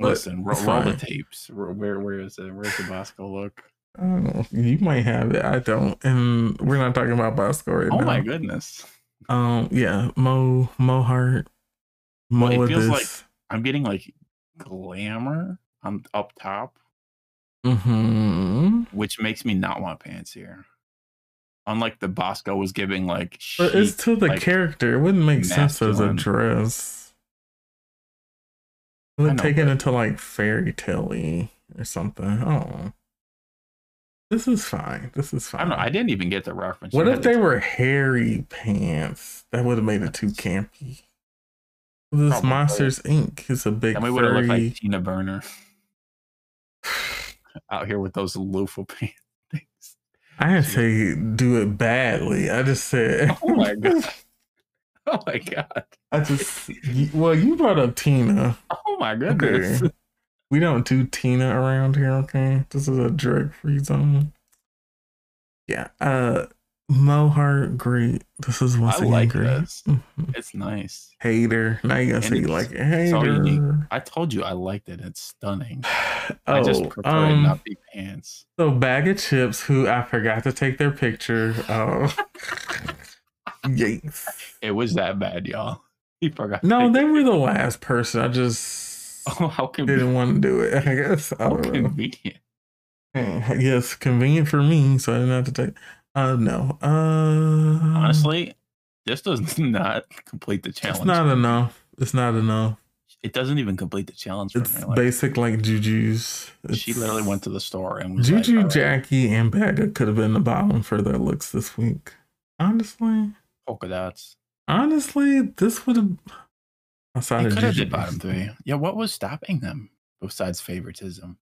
But
Listen, ro-
it's
roll the
fine.
tapes. Ro- Where where is it? Where's the Bosco look?
I don't know. You might have it. I don't. And we're not talking about Bosco right
Oh
now.
my goodness!
Um. Yeah. Mo. Mo Hart. Mo.
Well, it feels
this.
I'm getting like glamour on up top,
hmm
which makes me not want pants here. Unlike the Bosco was giving like
But it's
chic,
to the
like,
character. It wouldn't make sense as a
masculine.
dress.
I
Like
know,
taking
but-
it to like fairy tale or something. Oh. This is fine. This is fine.
I don't know. I didn't even get the reference.
what
You
if
had to
they were hairy pants? That would have made it too campy. This
Probably.
Monsters Inc. is a big
And we would have looked
furry-
like Tina Burner out here with those loofah pants. things.
I didn't say do it badly. I just said.
Oh my god! Oh my god!
I just. you- Well, you brought up Tina.
Oh my
Okay.
goodness!
We don't do Tina around here, okay? This is a drug free zone. Yeah. Uh Mohart, great. This is once
I
again
like
great.
this.
Mhm.
It's nice.
Hater. Now you gotta
And
say you
it's-
like it.
it's all you need.
Hater.
I told you I liked it. It's stunning.
Oh,
I just prefer it
um,
not be pants.
so bag of chips who I forgot to take their picture. Oh yikes.
It was that bad, y'all. He forgot. to
No,
take-
they were the last person. I just
Oh, how convenient!
didn't want to do it, I guess. I
How
don't know.
convenient!
Mm, Yes, convenient for me, so I didn't have to take. Uh, no. Uh,
Honestly, this does not complete the challenge.
it's not enough. It's not enough.
It doesn't even complete the challenge. For
It's
me. Like,
basic like Juju's.
she
It's-
literally went to the store and was
Juju,
like, "All right,
Jackie, and Bagga could have been the bottom for their looks this week. Honestly,
polka dots."
honestly, this would have. Outside
They
of
could have
Juju,
did bottom three. Yeah, what was stopping them besides favoritism?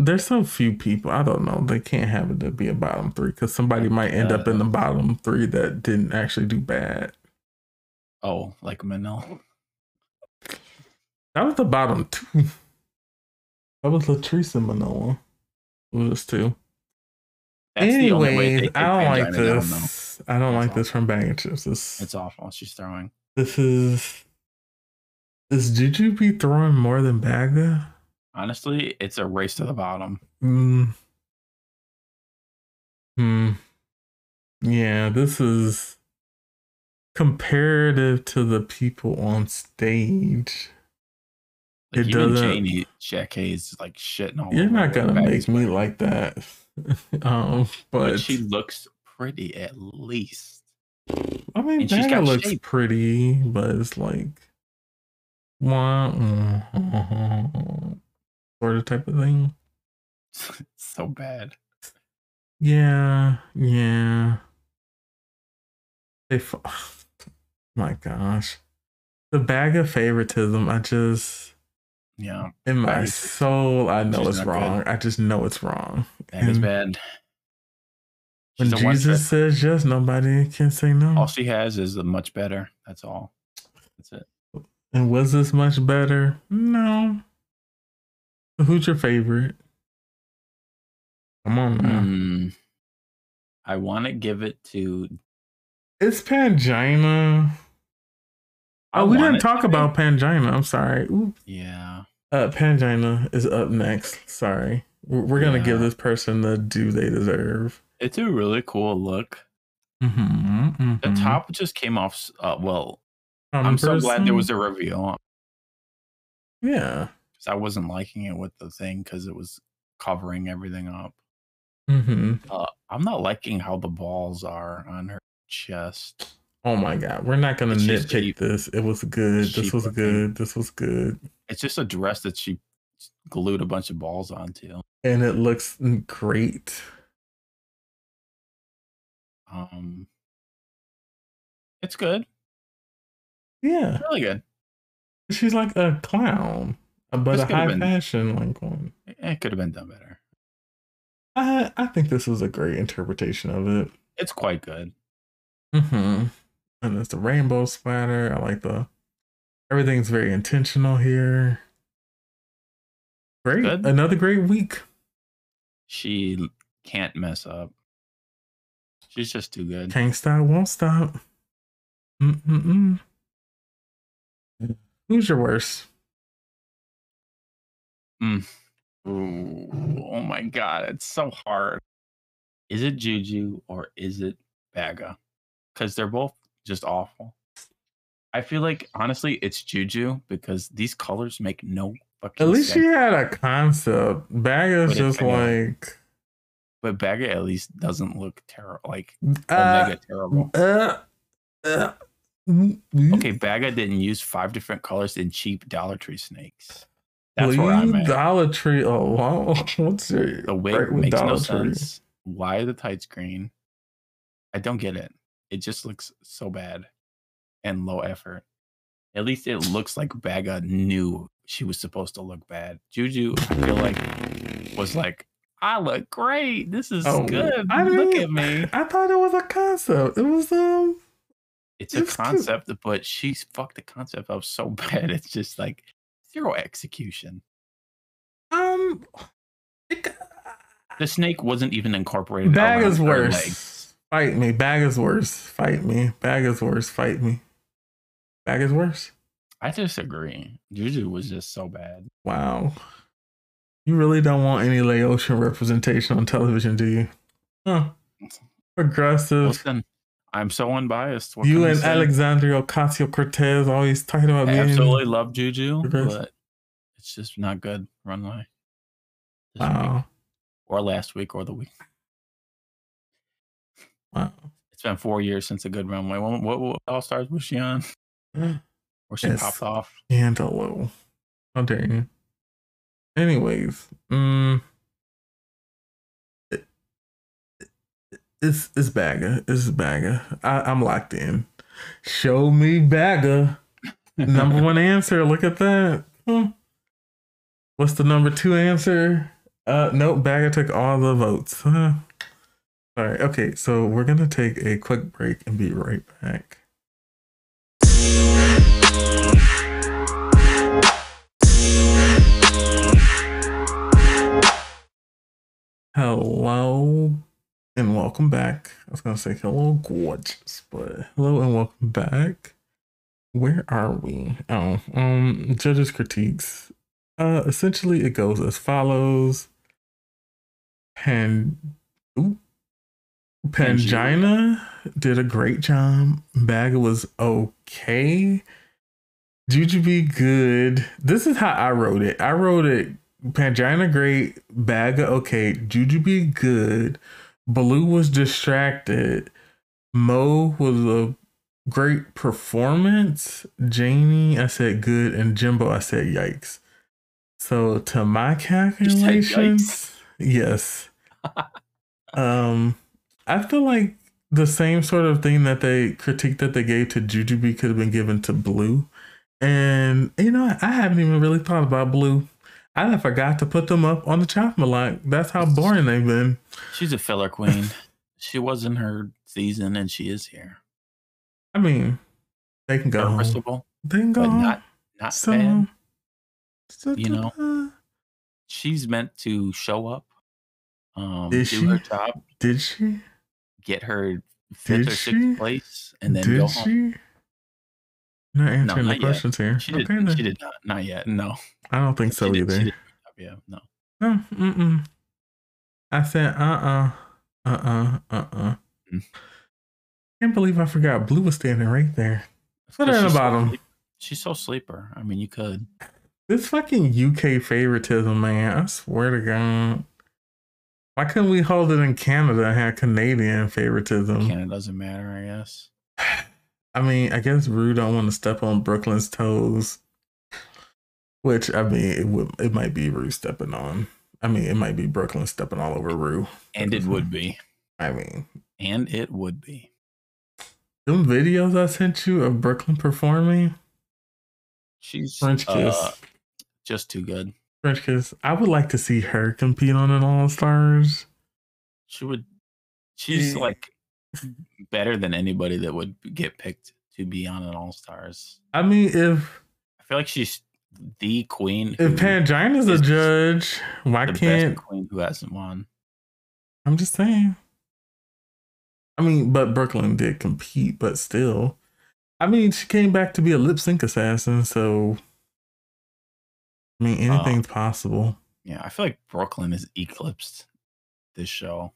there's so few people. I don't know. They can't have it to be a bottom three because somebody might end up
uh,
in the bottom three that didn't actually do bad.
Oh, like Manil.
That was the bottom two. That was Latrice and Manoa. It was two.
That's the only way they
Anyways,
could
I don't like
Pangina down, though.
this. I don't
That's
like
all.
this from Bag of Chips. This,
It's awful. She's throwing.
this is. Does Juju be throwing more than Bagga?
Honestly, it's a race to the bottom.
Hmm. Hmm. Yeah, this is comparative to the people on stage.
Like
It
even
doesn't-
Janie Jack Hayes is like shitting all
You're
over
not
her
gonna
back.
make me like that. um,
but,
but,
she looks pretty at least.
I mean,
And she's
that
got
looks
shape.
pretty, but it's like, wah, mm, sort of type of thing.
so bad.
Yeah, yeah. If, my gosh, the bag of favoritism. I just
Yeah,
in my
Bag of-
soul, I know
she's
it's
not good.
wrong. I just know it's wrong.
that is
And
bad.
When
She's a one
Jesus
trick.
says yes, nobody can say no.
all she has is the much better. That's all. That's it.
And was this much better? No. Who's your favorite? Come on now.
Hmm. I want to give it to.
It's Pangina.
I
Oh, we
want
didn't
it-
talk about Pangina. I'm sorry. Oop.
Yeah.
Uh, Pangina is up next. Sorry. We're, we're going to give
Yeah.
this person the due they deserve.
It's a really cool look.
Mm-hmm,
The top just came off. s- Uh, well,
Um,
I'm so glad there
person-
was a reveal
Yeah.
because I wasn't liking it with the thing because it was covering everything up.
hmm
Uh, I'm not liking how the balls are on her chest.
Oh my God. We're not going to
It's just
nitpick
cheap.
this. It was good.
It's
This
cheap
was
looking.
good. This was good.
It's just a dress that she glued a bunch of balls onto.
And it looks great.
Um, it's good,
Yeah.
really good.
She's like a clown, uh, but
This
a
could've
high
been-
fashion like one.
It could have been done better.
I I think this is a great interpretation of it.
It's quite good.
Mm-hmm. And there's the rainbow splatter. I like the everything's very intentional here. Great,
Good.
another great week.
She can't mess up. She's just too good.
Can't stop, won't stop. Mm-mm-mm. Who's your worst?
Ooh, oh my god, it's so hard. Is it Juju or is it Baga? Because they're both just awful. I feel like honestly, it's Juju because these colors make no fucking
At least she
sense.
had a concept. Bagger's
But it's
just like
But Baga at least doesn't look terrible. Like
uh,
Omega terrible.
uh, uh, mm, mm.
Okay, Baga didn't use five different colors in cheap Dollar Tree snakes. That's where I'm
Leave
at.
Dollar Tree alone. What's your
The wig
break with
makes no
Dollar Tree?
sense. Why the tights green? I don't get it. It just looks so bad and low effort. At least it looks like Baga knew she was supposed to look bad. Juju, I feel like, was like, I look great. This is
Oh,
good.
I
look at
didn't-
me.
I thought it was a concept. It was um.
It's a
It's cute.
concept, but she's fucked the concept up so bad. It's just like zero execution.
Um, it,
The snake wasn't even incorporated.
bag
around
is
her leg.
worse. Fight me. Bag is worse. Fight me. Bag is worse. Fight me. Bag is worse.
I disagree. Juju was just so bad.
Wow. You really don't want any Laotian representation on television, do you? Huh. Progressive.
Listen, I'm so unbiased. What
you
can I
and
say?
Alexandria Ocasio Cortez always talking about
I
being
absolutely love Juju,
Progress-
but it's just not good runway. This week,
Wow.
or last week or the week.
Wow.
It's been four years since a good runway. What, what, what all stars was she on? Where she
Yes.
popped off?
Candelo. How dare you? Anyways, mm, it, it- it's it's Bagger. It's Bagger. I, I'm locked in. Show me Bagger. Number one answer. Look at that. Hmm. What's the number two answer? Uh, nope. Bagger took all the votes. Huh. All right. Okay. So we're gonna take a quick break and be right back. Hello and welcome back. I was gonna say hello, gorgeous, but hello and welcome back. Where are we? Oh, um, judges' critiques. Uh, essentially, it goes as follows: Pan, ooh, Pangina did a great job. Baga was okay. Jujubee good. This is how I wrote it. I wrote it Pangina great, Baga okay, Jujubee good, Baloo was distracted, Mo was a great performance, Janie I said good, and Jimbo I said yikes. So to my calculations, yes. um, I feel like the same sort of thing that they critique that they gave to Jujubee could have been given to Blue, and you know I haven't even really thought about Blue. I done forgot to put them up on the chopping block. That's how boring they've been.
She's a filler queen. she was in her season and she is here.
I mean, they can go home.
Serviceable,
They can go
but
home.
not not
So,
bad.
so-
you know. She's meant to show up, um, do
Is she?
her job,
Did she?
get her fifth
Did
or
she?
sixth place, and then go
Did
home.
she? Not answering
not
the
yet.
questions here.
She
okay,
did.
then.
She did not. Not yet. No.
I don't think so
She did-
either.
she did a good job, yeah. No.
No, mm-mm. I said, uh uh-uh, uh, uh uh, uh uh.
Mm.
Can't believe I forgot Blue was standing right there.
It's
Put
'cause
her in the
she's so
bottom.
sleep- She's so sleeper. I mean, you could.
This fucking UK favoritism, man. I swear to God. Why couldn't we hold it in Canada and have Canadian favoritism?
Canada doesn't matter, I guess.
I mean, I guess Rue don't want to step on Brooklyn's toes, which I mean, it would it might be Rue stepping on. I mean, it might be Brooklyn stepping all over Rue.
And it would be.
I mean,
And it would be.
them videos I sent you of Brooklyn performing.
She's
French Kiss.
uh, just too good.
French Kiss. I would like to see her compete on an All Stars.
She would. She's
Yeah.
like better than anybody that would get picked to be on an All Stars.
I mean, if
I feel like she's the queen. who-
if Pangina's a
Is-
judge, why
the
can't?
best queen who hasn't won.
I'm just saying. I mean, but Brooklyn did compete, but still. I mean, she came back to be a lip sync assassin, so. I mean,
Uh,
anything's possible.
Yeah, I feel like Brooklyn is eclipsed this show.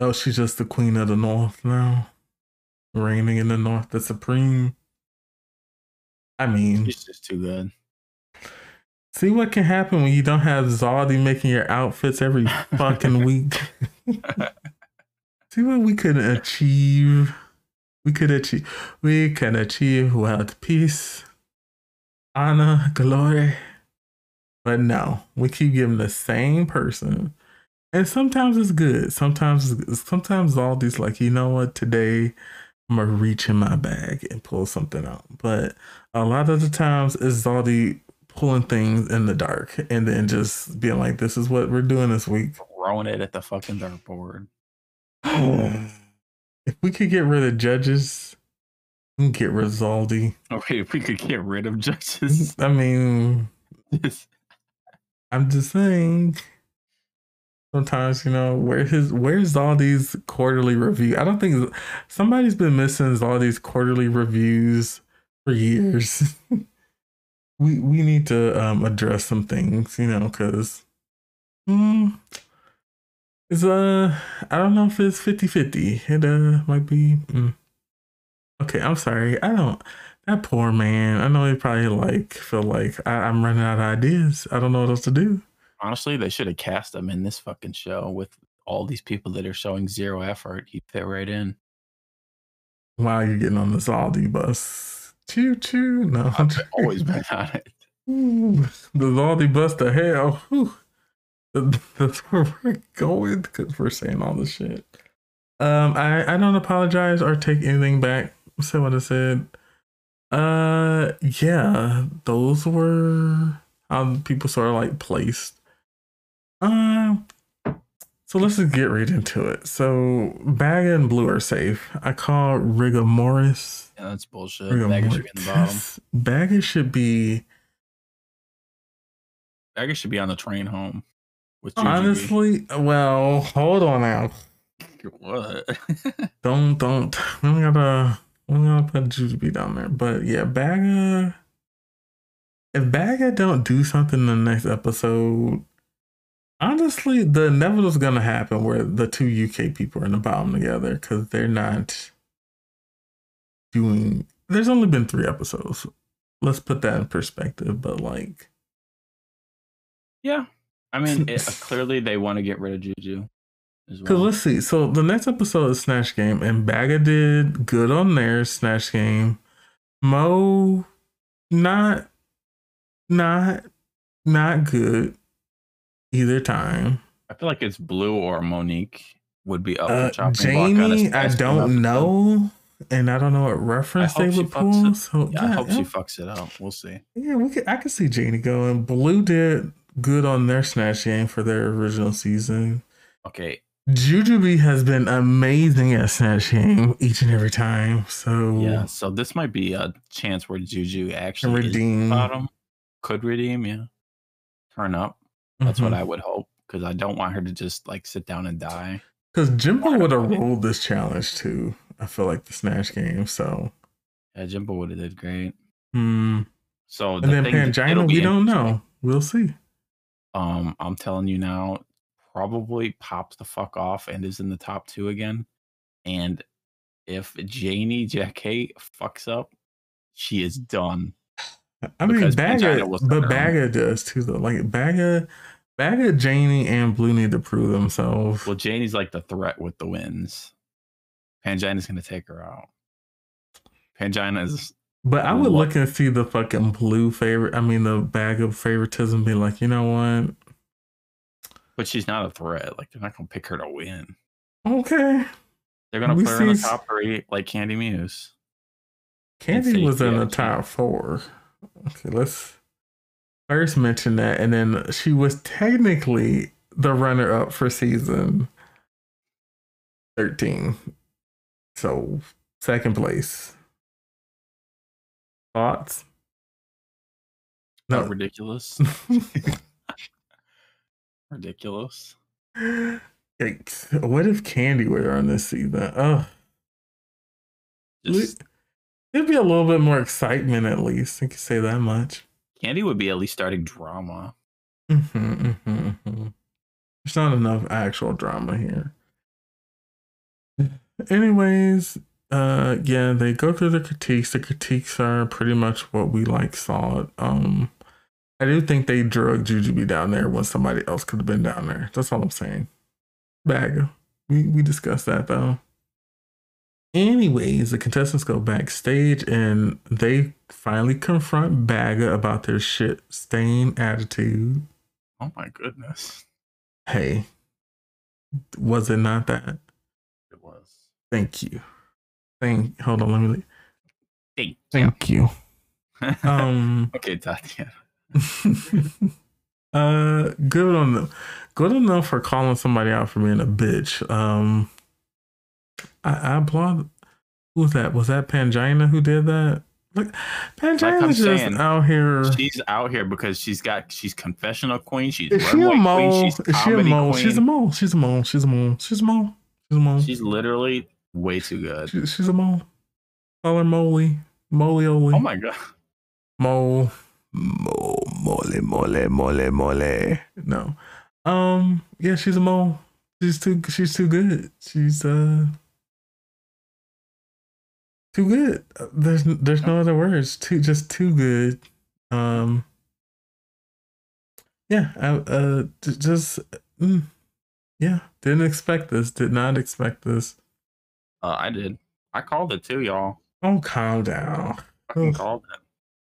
Oh, she's just the queen of the north now. Reigning in the north, the supreme. I mean,
She's just too good.
see what can happen when you don't have Zaldi making your outfits every fucking week. see what we could achieve. We could achieve. We can achieve world peace, honor, glory. But no, we keep giving the same person, and sometimes it's good. Sometimes, sometimes Zaldi's like, you know what? Today, I'm gonna reach in my bag and pull something out. But a lot of the times, it's Zaldi pulling things in the dark and then just being like, "This is what we're doing this week."
Throwing it at the fucking dartboard.
if we could get rid of judges and get rid of Zaldi,
Okay, if we could get rid of judges.
I mean, I'm just saying. Sometimes you know where his where's Zaldi's quarterly review. I don't think somebody's been missing Zaldi's quarterly reviews for years. we we need to um, address some things, you know, because it's uh I don't know if it's 50-50. It uh might be. mm. Okay, I'm sorry. I don't. That poor man. I know he probably like feel like I, I'm running out of ideas. I don't know what else to do.
Honestly, they should have cast them in this fucking show with all these people that are showing zero effort. You fit right in.
Wow, you're getting on this Aldi bus. Choo choo. No, I'm
I've always been on it.
Ooh, the Zaldi bus to hell. Whew. That's where we're going because we're saying all this shit. Um, I, I don't apologize or take anything back. Say what I said. Uh, yeah, those were how people sort of like placed. Um, so let's just get right into it. So, Bag and Blue are safe. I call Rigor Morris.
Yeah, that's bullshit.
Rigor
Bagger should be in the bottom.
Mortis. Bagger should be
Bagger should be on the train home. With Juju.
Honestly, well, hold on now.
what?
Don't don't. We don't gotta. We don't gotta put Jujubee down there. But yeah, Bagga. If Bagga don't do something in the next episode, honestly, the inevitable's gonna happen where the two UK people are in the bottom together because they're not doing. There's only been three episodes. Let's put that in perspective. But like,
yeah, I mean, it, uh, clearly they want to get rid of Juju. As
Because
well.
let's see. So the next episode is Snatch Game, and Bagga did good on their Snatch Game. Mo, not, not, not good either time.
I feel like it's Blue or Monique would be up
Uh,
for chopping block on
Jamie,
his
I
ass
don't
episode.
know, and I don't know what reference
I
they
hope she
would
fucks
pull.
it.
So
Yeah, I hope
yeah.
she fucks it up. We'll see.
Yeah, we could. I could see Janie going. Blue did good on their Snatch Game for their original season.
Okay.
Jujubee has been amazing at Snatch Game each and every time. So
Yeah. So this might be a chance where Juju actually
Mm. and
is
redeem.
bottom could redeem. Yeah. Turn up. That's
Mm-hmm.
what I would hope because I don't want her to just like sit down and die.
Because Jimbo would have
wanted.
rolled this challenge too. I feel like the snatch game. So,
Yeah, Jimbo would have did great.
hmm.
So the
and then
thing, it'll
Pangina,
be
we don't
interesting.
know. We'll see.
Um, I'm telling you now, probably pops the fuck off and is in the top two again. And if Janie Jacquet fucks up, she is done.
I mean,
Because
Bagga,
Pangina was
but
around.
Bagga does too. Though, like Bagga, Bagga, Janie, and Blue need to prove themselves.
Well, Janie's like the threat with the wins. Pangina's gonna take her out. Pangina is
But I would
What-
look and see the fucking Blue favorite. I mean, the bag of favoritism. Be like, you know what?
but she's not a threat. Like they're not gonna pick her to win.
Okay,
They're gonna
We
put her in the
see-
top three like Candy Muse.
Candy
see,
was in
yeah,
the
she-
top four. Okay, let's first mention that, and then she was technically the runner-up for season thirteen. So second place. Thoughts?
Not ridiculous. ridiculous.
Yikes. What if Candy were on this season? Oh,
Just
there'd be a little bit more excitement at least. I can say that much.
Candy would be at least starting drama.
Mm-hmm, hmm hmm There's not enough actual drama here. Anyways, uh, yeah, they go through the critiques. The critiques are pretty much what we like saw. Um, I do think they drug Jujubee down there when somebody else could have been down there. That's all I'm saying. Bag. We we discussed that though. Anyways, the contestants go backstage and they finally confront Bagga about their shit stain attitude.
Oh my goodness.
Hey, was it not that?
It was.
Thank you. Thank. Hold on. Let me.
Thank
you. Um.
okay, Tatiana.
uh. Good on them. Good enough for calling somebody out for being a bitch. Um. I, I applaud. Who was that? Was that Pangina who did that? Look, Pangina's
I'm
just
saying,
out here.
She's out here because she's got she's confessional queen. She's
Is she a
runway
mole?
queen.
Is
She's
she a
comedy
mole?
queen.
She's a mole. She's a mole. She's a mole. She's a mole. She's a mole.
She's literally way too good.
She- She's a mole. Call her Moley. Moley Oli.
Oh my god.
Mole. Mole. Mole. Mole. Mole. Mole. No. Um. Yeah, she's a mole. She's too. She's too good. She's uh. Too good. Uh, There's there's no other words. Too just too good. Um. Yeah. I, uh. j- Just. Mm, yeah. Didn't expect this. Did not expect this.
Uh, I did. I called it too, y'all.
Oh, calm down.
Fucking
Oof.
called it.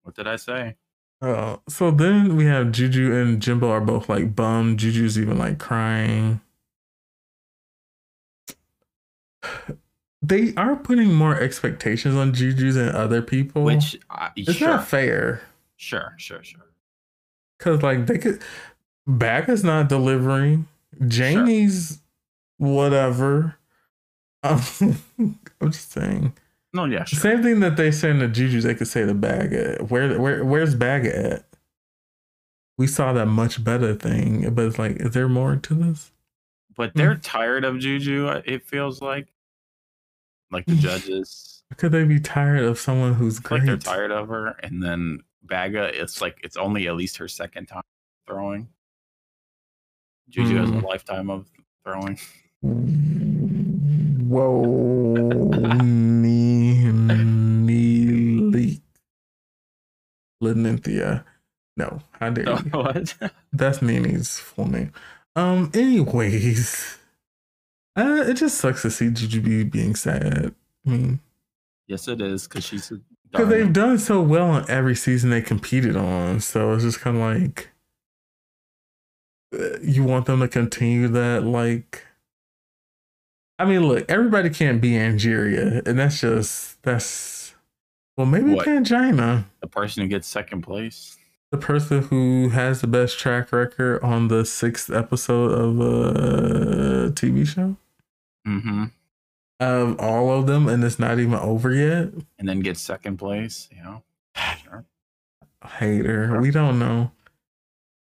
What did I say?
Oh, so then we have Juju and Jimbo are both like bummed. Juju's even like crying. They are putting more expectations on Juju than other people,
Which I,
it's
sure,
not fair.
sure, sure, sure.
Cause like they could, Backus not delivering. Janie's whatever. Um, I'm just saying.
No, yeah, sure.
Same thing that they send to Juju, they could say the bag at. Where where where's bag at? We saw that much better thing, but it's like, is there more to this?
But
Hmm.
they're tired of Juju. I- It feels like, like the judges,
Could they be tired of someone who's
it's
great?
like they're tired of her. And then Baga, it's like it's only at least her second time throwing. Juju has
Mm.
a lifetime of throwing.
Whoa, knee, knee leak, Lenithia. No, how dare you?
what?
That's Nini's full name. Um. Anyways, uh, it just sucks to see Jujubee being sad. I mean,
yes, it is because she's a
because they've
darling.
done so well on every season they competed on, so it's just kind of like uh, you want them to continue that. Like, I mean, look, everybody can't be Angeria, and that's just that's well, maybe
What?
Pangina,
the person who gets second place.
the person who has the best track record on the sixth episode of a TV show
hmm
of all of them, and it's not even over yet.
And then gets second place. Yeah. Sure.
hater. We don't know.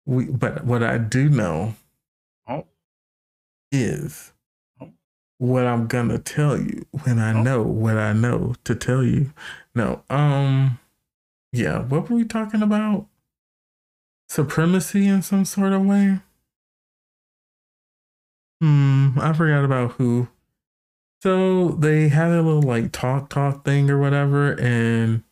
We but what I do know
Oh.
is
Oh.
what I'm gonna tell you when I
Oh.
know what I know to tell you. No, um, yeah. What were we talking about? Supremacy in some sort of way. Hmm, I forgot about who. So they had a little like talk talk thing or whatever, and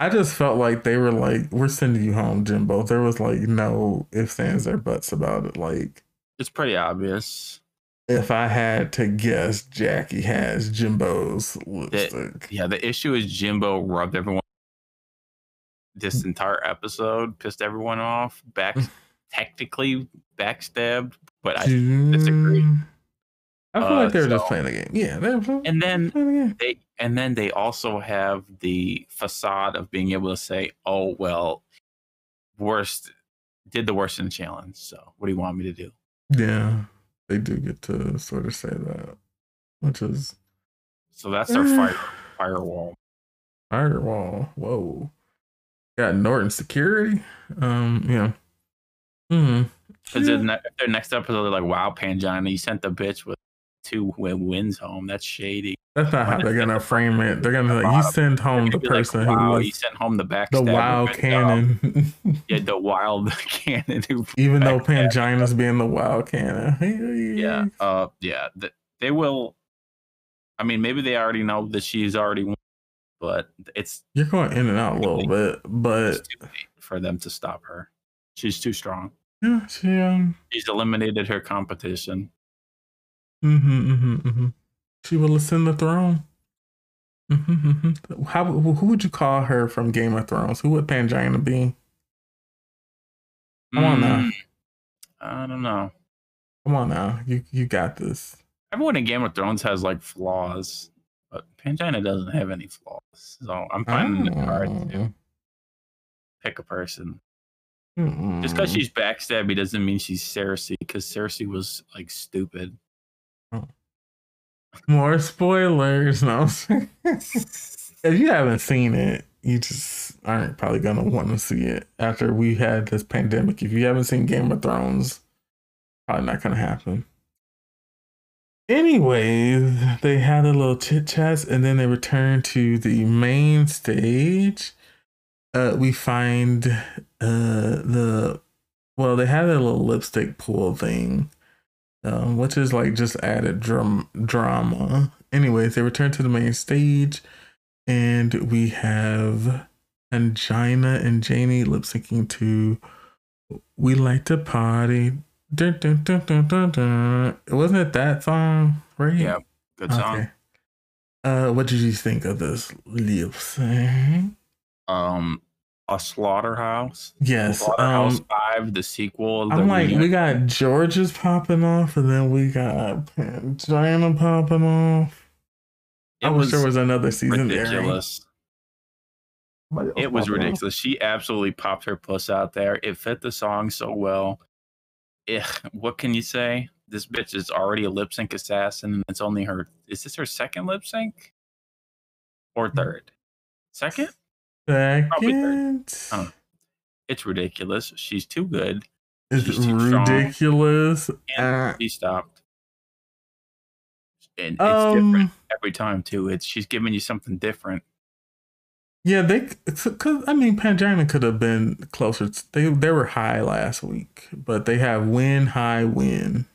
I just felt like they were like, "We're sending you home, Jimbo." There was like no ifs, ands, or buts about it. Like,
It's pretty obvious.
if I had to guess, Jackie has Jimbo's lipstick.
Yeah, the issue is Jimbo rubbed everyone this entire episode, pissed everyone off, back technically backstabbed, but I disagree.
June- I feel
Uh,
like they were just
so-
playing the game. Yeah, they were playing,
And then
playing the game.
they and then they also have the facade of being able to say, "Oh well, worst did the worst in the challenge. So what do you want me to do?"
Yeah, they do get to sort of say that, which is
So that's their fire, firewall.
Firewall. Whoa. Got Norton security. Um, yeah. Hmm.
Because ne- their next episode, they're like, "Wow, Pangina, you sent the bitch with two win- wins home. That's shady."
That's not how they're gonna frame it. They're gonna be like, you send home the
They're gonna be like,
person
wow,
who
you
was
sent home the backstabber.
the wild
and, um,
cannon.
Yeah, the wild cannon. Who,
Even though
backstab-
Pangina's being the wild cannon.
yeah, uh, yeah. th- they will. I mean, maybe they already know that she's already won, but it's
You're going in and out a little bit,
it's
but
too late for them to stop her. She's too strong.
yeah, she um
She's eliminated her competition.
hmm hmm hmm She will ascend the throne. hmm hmm How who would you call her from Game of Thrones? Who would Pangina be? Come on now.
Mm, I don't know.
Come on now, you you got this.
Everyone in Game of Thrones has like flaws, but Pangina doesn't have any flaws. So I'm finding it hard
Oh.
to pick a person. Just
Mm-hmm.
because she's backstabby doesn't mean she's Cersei, because Cersei was like stupid.
more spoilers, no. if you haven't seen it, you just aren't probably gonna want to see it after we had this pandemic. If you haven't seen Game of Thrones, probably not gonna happen. Anyways, they had a little chit chat and then they returned to the main stage. Uh, we find uh, the well, they had a little lipstick pool thing, um, which is like just added drum drama. Anyways, they return to the main stage, and we have Angina and Janie lip syncing to "We Like to Party." Dun, dun, dun, dun, dun, dun. Wasn't it that song, right?
Yeah, Good song.
Uh, what did you think of this lip sync?
Um, a slaughterhouse.
Yes.
Slaughterhouse
Um,
Five, the sequel. The
I'm like,
reunion.
we got George's popping off, and then we got Diana popping off.
it
I wish
was
there was another season airing.
ridiculous. It was ridiculous. She absolutely popped her puss out there. It fit the song so well. Eh, what can you say? This bitch is already a lip sync assassin, and it's only her. Is this her second lip sync? Or
Mm-hmm.
third? Second? Probably
Second,
I don't know. It's ridiculous. She's too good.
it's
She's too strong.
ridiculous.
And
Uh,
she stopped. And it's different
Um,
every time too. It's she's giving you something different.
yeah, they because I mean, Pangina could have been closer. t- They they were high last week, but they have win high win.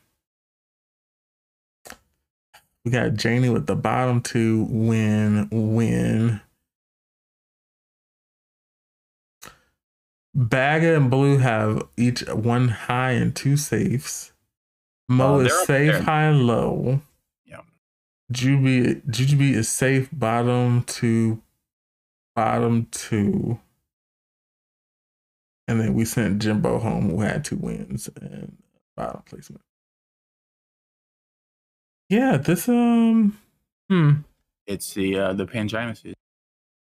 We got Janie with the bottom two win win. Bagga and Blue have each one high and two safes. Mo
Oh,
is
they're up
safe
there.
high low.
Yeah.
Juby Jujubee is safe bottom two bottom two. And then we sent Jimbo home who had two wins and bottom placement. Yeah, this um hmm.
It's the uh, the Pangina season.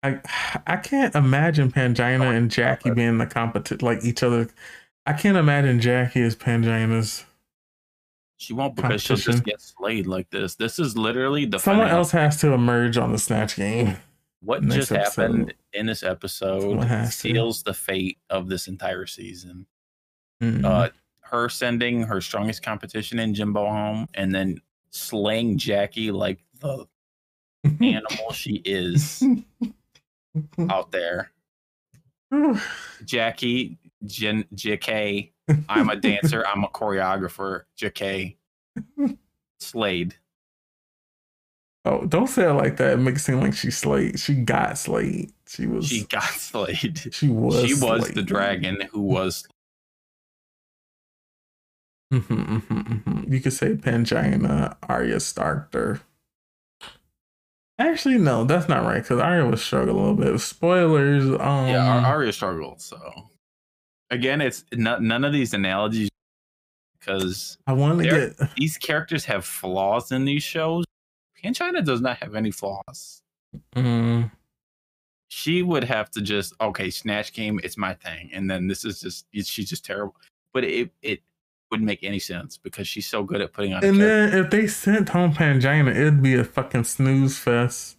I I can't imagine Pangina and Jackie being the competition like each other. I can't imagine Jackie as Pangina's.
She won't because she'll just
Competition.
get slayed like this. This is literally the
Someone
finale.
else has to emerge on the snatch game.
What
Next
just happened
episode.
in this
Someone
episode
has to.
seals the fate of this entire season.
Mhm.
Uh, her sending her strongest competition in Jimbo home and then slaying Jackie like the animal she is out there. Jackie, Jen, JK, I'm a dancer, I'm a choreographer, JK, slayed.
Oh, don't say it like that. It makes it seem like she slayed. She got slayed. She was.
She
She,
got slayed.
was.
she was the
slayed.
dragon who was
Mhm, mhm, mhm. You could say Pangina, Arya Starked her. Actually, no, that's not right because Arya was struggling a little bit. Spoilers. Um,
yeah Ar- Arya struggled. So again, it's no- none of these analogies because
I want to
There-
get
these characters have flaws in these shows. Pan China does not have any flaws. Mm-hmm.
mm,
She would have to just okay, Snatch Game, it's my thing, and then this is just it- she's just terrible. But it it wouldn't make any sense because she's so good at putting on. a
and
character.
then if they sent home Pangina, it'd be a fucking snooze fest.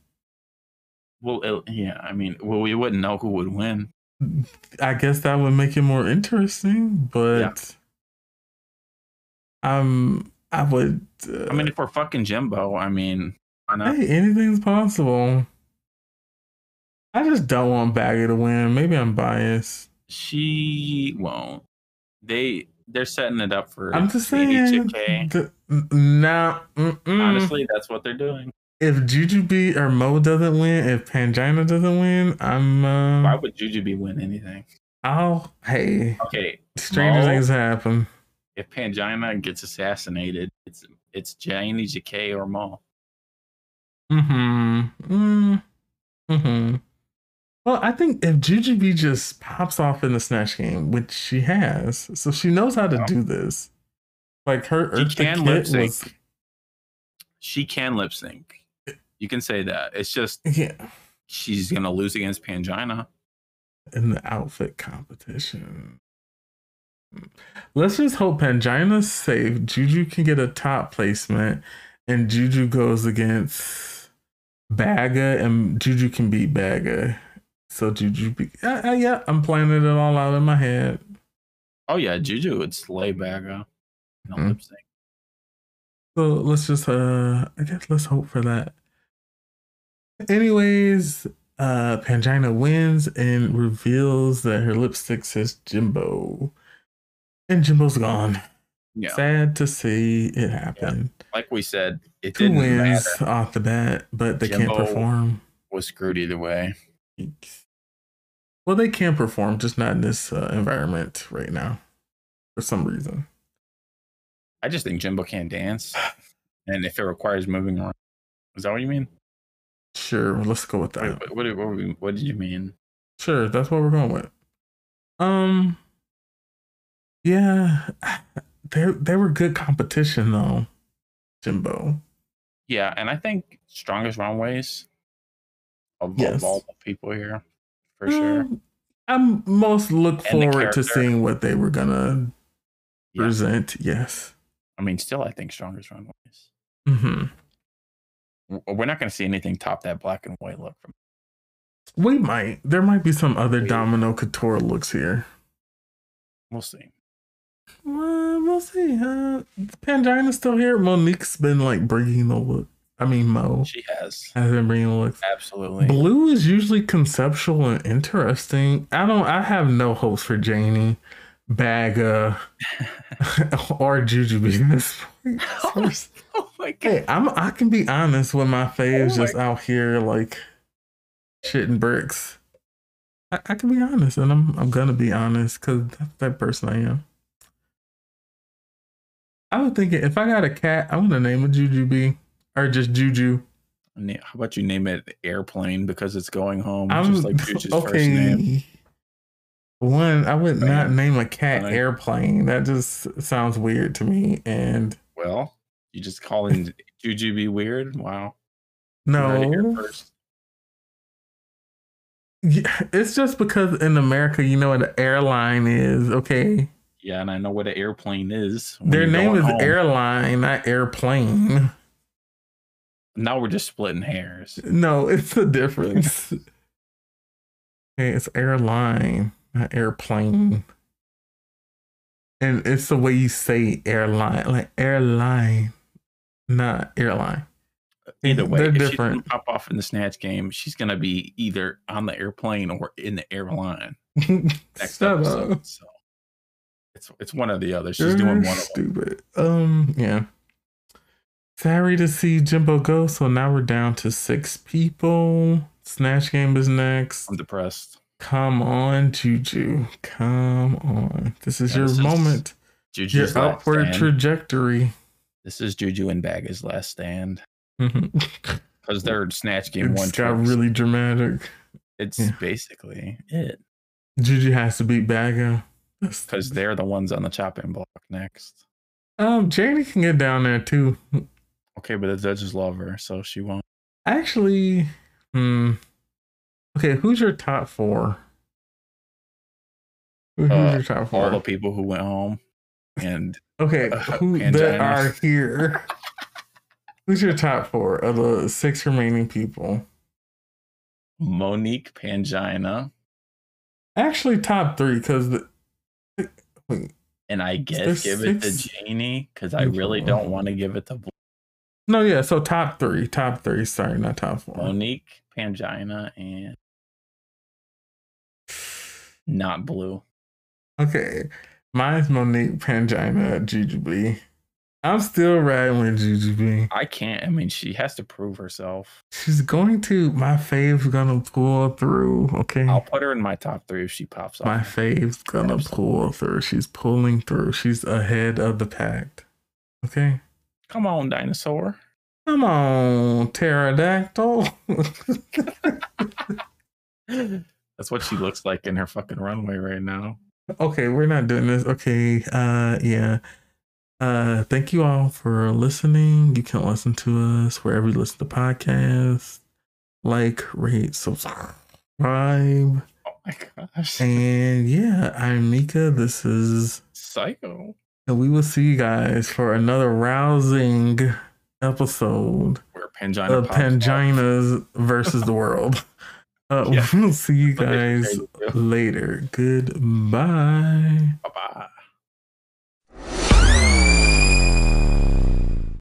well, it- yeah, I mean, well, we wouldn't know who would win.
I guess that would make it more interesting, but um, I would. Uh,
I mean, if we're fucking Jimbo, I mean, why not?
hey, anything's possible. I just don't want Baggy to win. Maybe I'm biased.
She won't. They they're setting it up for.
I'm just
the
saying. Mm.
HJK.
th- n- nah, mm-mm.
Honestly, that's what they're doing.
if Juju B or Mo doesn't win, if Pangina doesn't win, I'm. Uh,
Why would Jujubee win anything?
I'll. Hey,
Okay,
stranger
Mo?
things happen.
if Pangina gets assassinated, it's it's Janie Jacquet or Maul.
Hmm. Hmm. Well, I think if Juju B just pops off in the snatch game, which she has, so she knows how to
Yeah.
do this. Like her
Oh. She
Eartha
can
kit
lip
was,
sync. She can lip sync. You can say that. It's just
yeah,
she's gonna lose against Pangina.
in the outfit competition. Let's just hope Pangina's safe. Juju can get a top placement, and Juju goes against Baga, and Juju can beat Baga. So Juju, be- I, I, yeah, I'm planning it all out in my head.
Oh yeah, Juju would slay Bagga in a
Mhm.
lip sync.
So let's just uh I guess let's hope for that. Anyways, uh Pangina wins and reveals that her lipstick says Jimbo. And Jimbo's gone.
Yeah,
Sad to see it happen.
like we said, it
Two
didn't
wins
matter.
off the bat, but they can't
Jimbo-
perform.
Was screwed either way.
Well, they can perform, just not in this uh, environment right now, for some reason.
I just think Jimbo can't dance, and if it requires moving around, is that what you mean?
Sure, let's go with that.
Wait, what, what, what, what did you mean?
Sure, that's what we're going with. Um, yeah, they they were good competition though, Jimbo.
Yeah, and I think strongest runways of,
Yes.
of all the people here, for sure.
Mm, I'm most look
the
forward to
character.
seeing what they were gonna
Yeah.
present. Yes.
I mean, still, I think strongest runways.
hmm
W- We're not going to see anything top that black and white look from.
We might. There might be some other
We-
Domino Couture looks here.
We'll see.
Uh, we'll see. Uh, Pangina's still here. Monique's been like bringing the look. I mean, Mo
She has
has been bringing the looks.
absolutely.
Blue is usually conceptual and interesting. I don't. I have no hopes for Janie, Baga, or Jujubee. at This point.
oh my god!
hey, I'm. I can be honest with my faves
Oh my-
just out here like shitting bricks. I, I can be honest, and I'm. I'm gonna be honest because that's that person I am. I was thinking if I got a cat, I want to name it Jujubee or just Juju.
Na- How about you name it airplane because it's going home,
I'm
just like Juju's first name.
One, I would not
Fine.
name a cat
Fine.
airplane. That just sounds weird to me. And
Well, you just calling Juju be weird? Wow. You heard it here
no,
first.
Yeah, it's just because in America, you know what an airline is. Okay,
Yeah, and I know what an airplane is. when
their
you're
name
going
is
home.
airline, not airplane.
Now we're just splitting hairs.
No, it's the difference. okay, it's airline, not airplane. And it's the way you say airline, like airline, not airline.
Either way,
They're
if she
different.
doesn't pop off in the snatch game, she's gonna be either on the airplane or in the airline next
Shut
episode.
up.
So it's it's one or the other. She's doing
You're
one of them.
Stupid. Um, yeah. Sorry to see Jimbo go. So now we're down to six people. Snatch game is next.
I'm depressed.
Come on, Juju. Come on. This is
Yeah,
your
this is
moment. Your
Juju's last
upward
stand.
trajectory.
this is Juju and Bagga's last stand
Mhm.
because their snatch game
it
one
just got
tricks.
really dramatic.
it's
yeah.
basically it
Juju has to beat Bagga. That's-
because they're the ones on the chopping block next.
Um, Charity can get down there too.
Okay, but the judges love her, so she won't.
Actually, hmm. Okay, who's your top four? Who- Who's
Uh,
your top
All the
four?
people who went home and
Okay, who
Pangina.
that are here? who's your top four of the six remaining people?
Monique Pangina
Actually, top three because the wait,
and I guess
There's
give it to
six
Janie because I really
people.
don't want to give it to
no, yeah, so top three, top three. Sorry, not top four.
Monique Pangina and not Blue.
Okay. Mine's Monique Pangina Jujubee. I'm still riding with Jujubee.
I can't. I mean, she has to prove herself.
She's going to my fave's gonna pull through. Okay.
I'll put her in my top three if she pops
Mm. my
off.
fave's gonna pull through. She's pulling through. She's ahead of the pack. Okay.
Come on, dinosaur.
Come on, pterodactyl.
That's what she looks like in her fucking runway right now.
okay, we're not doing this. Okay, uh yeah. Uh thank you all for listening. You can listen to us wherever you listen to podcasts. Like, rate, subscribe.
Oh my gosh.
And yeah, I'm Mika. This is
Psycho.
and we will see you guys for another rousing episode
Where Pangina
of
pops off.
Panginas versus the world. Uh,
Yeah.
We'll see you
Look at
guys
you, Pedro.
later. Goodbye.
Bye-bye.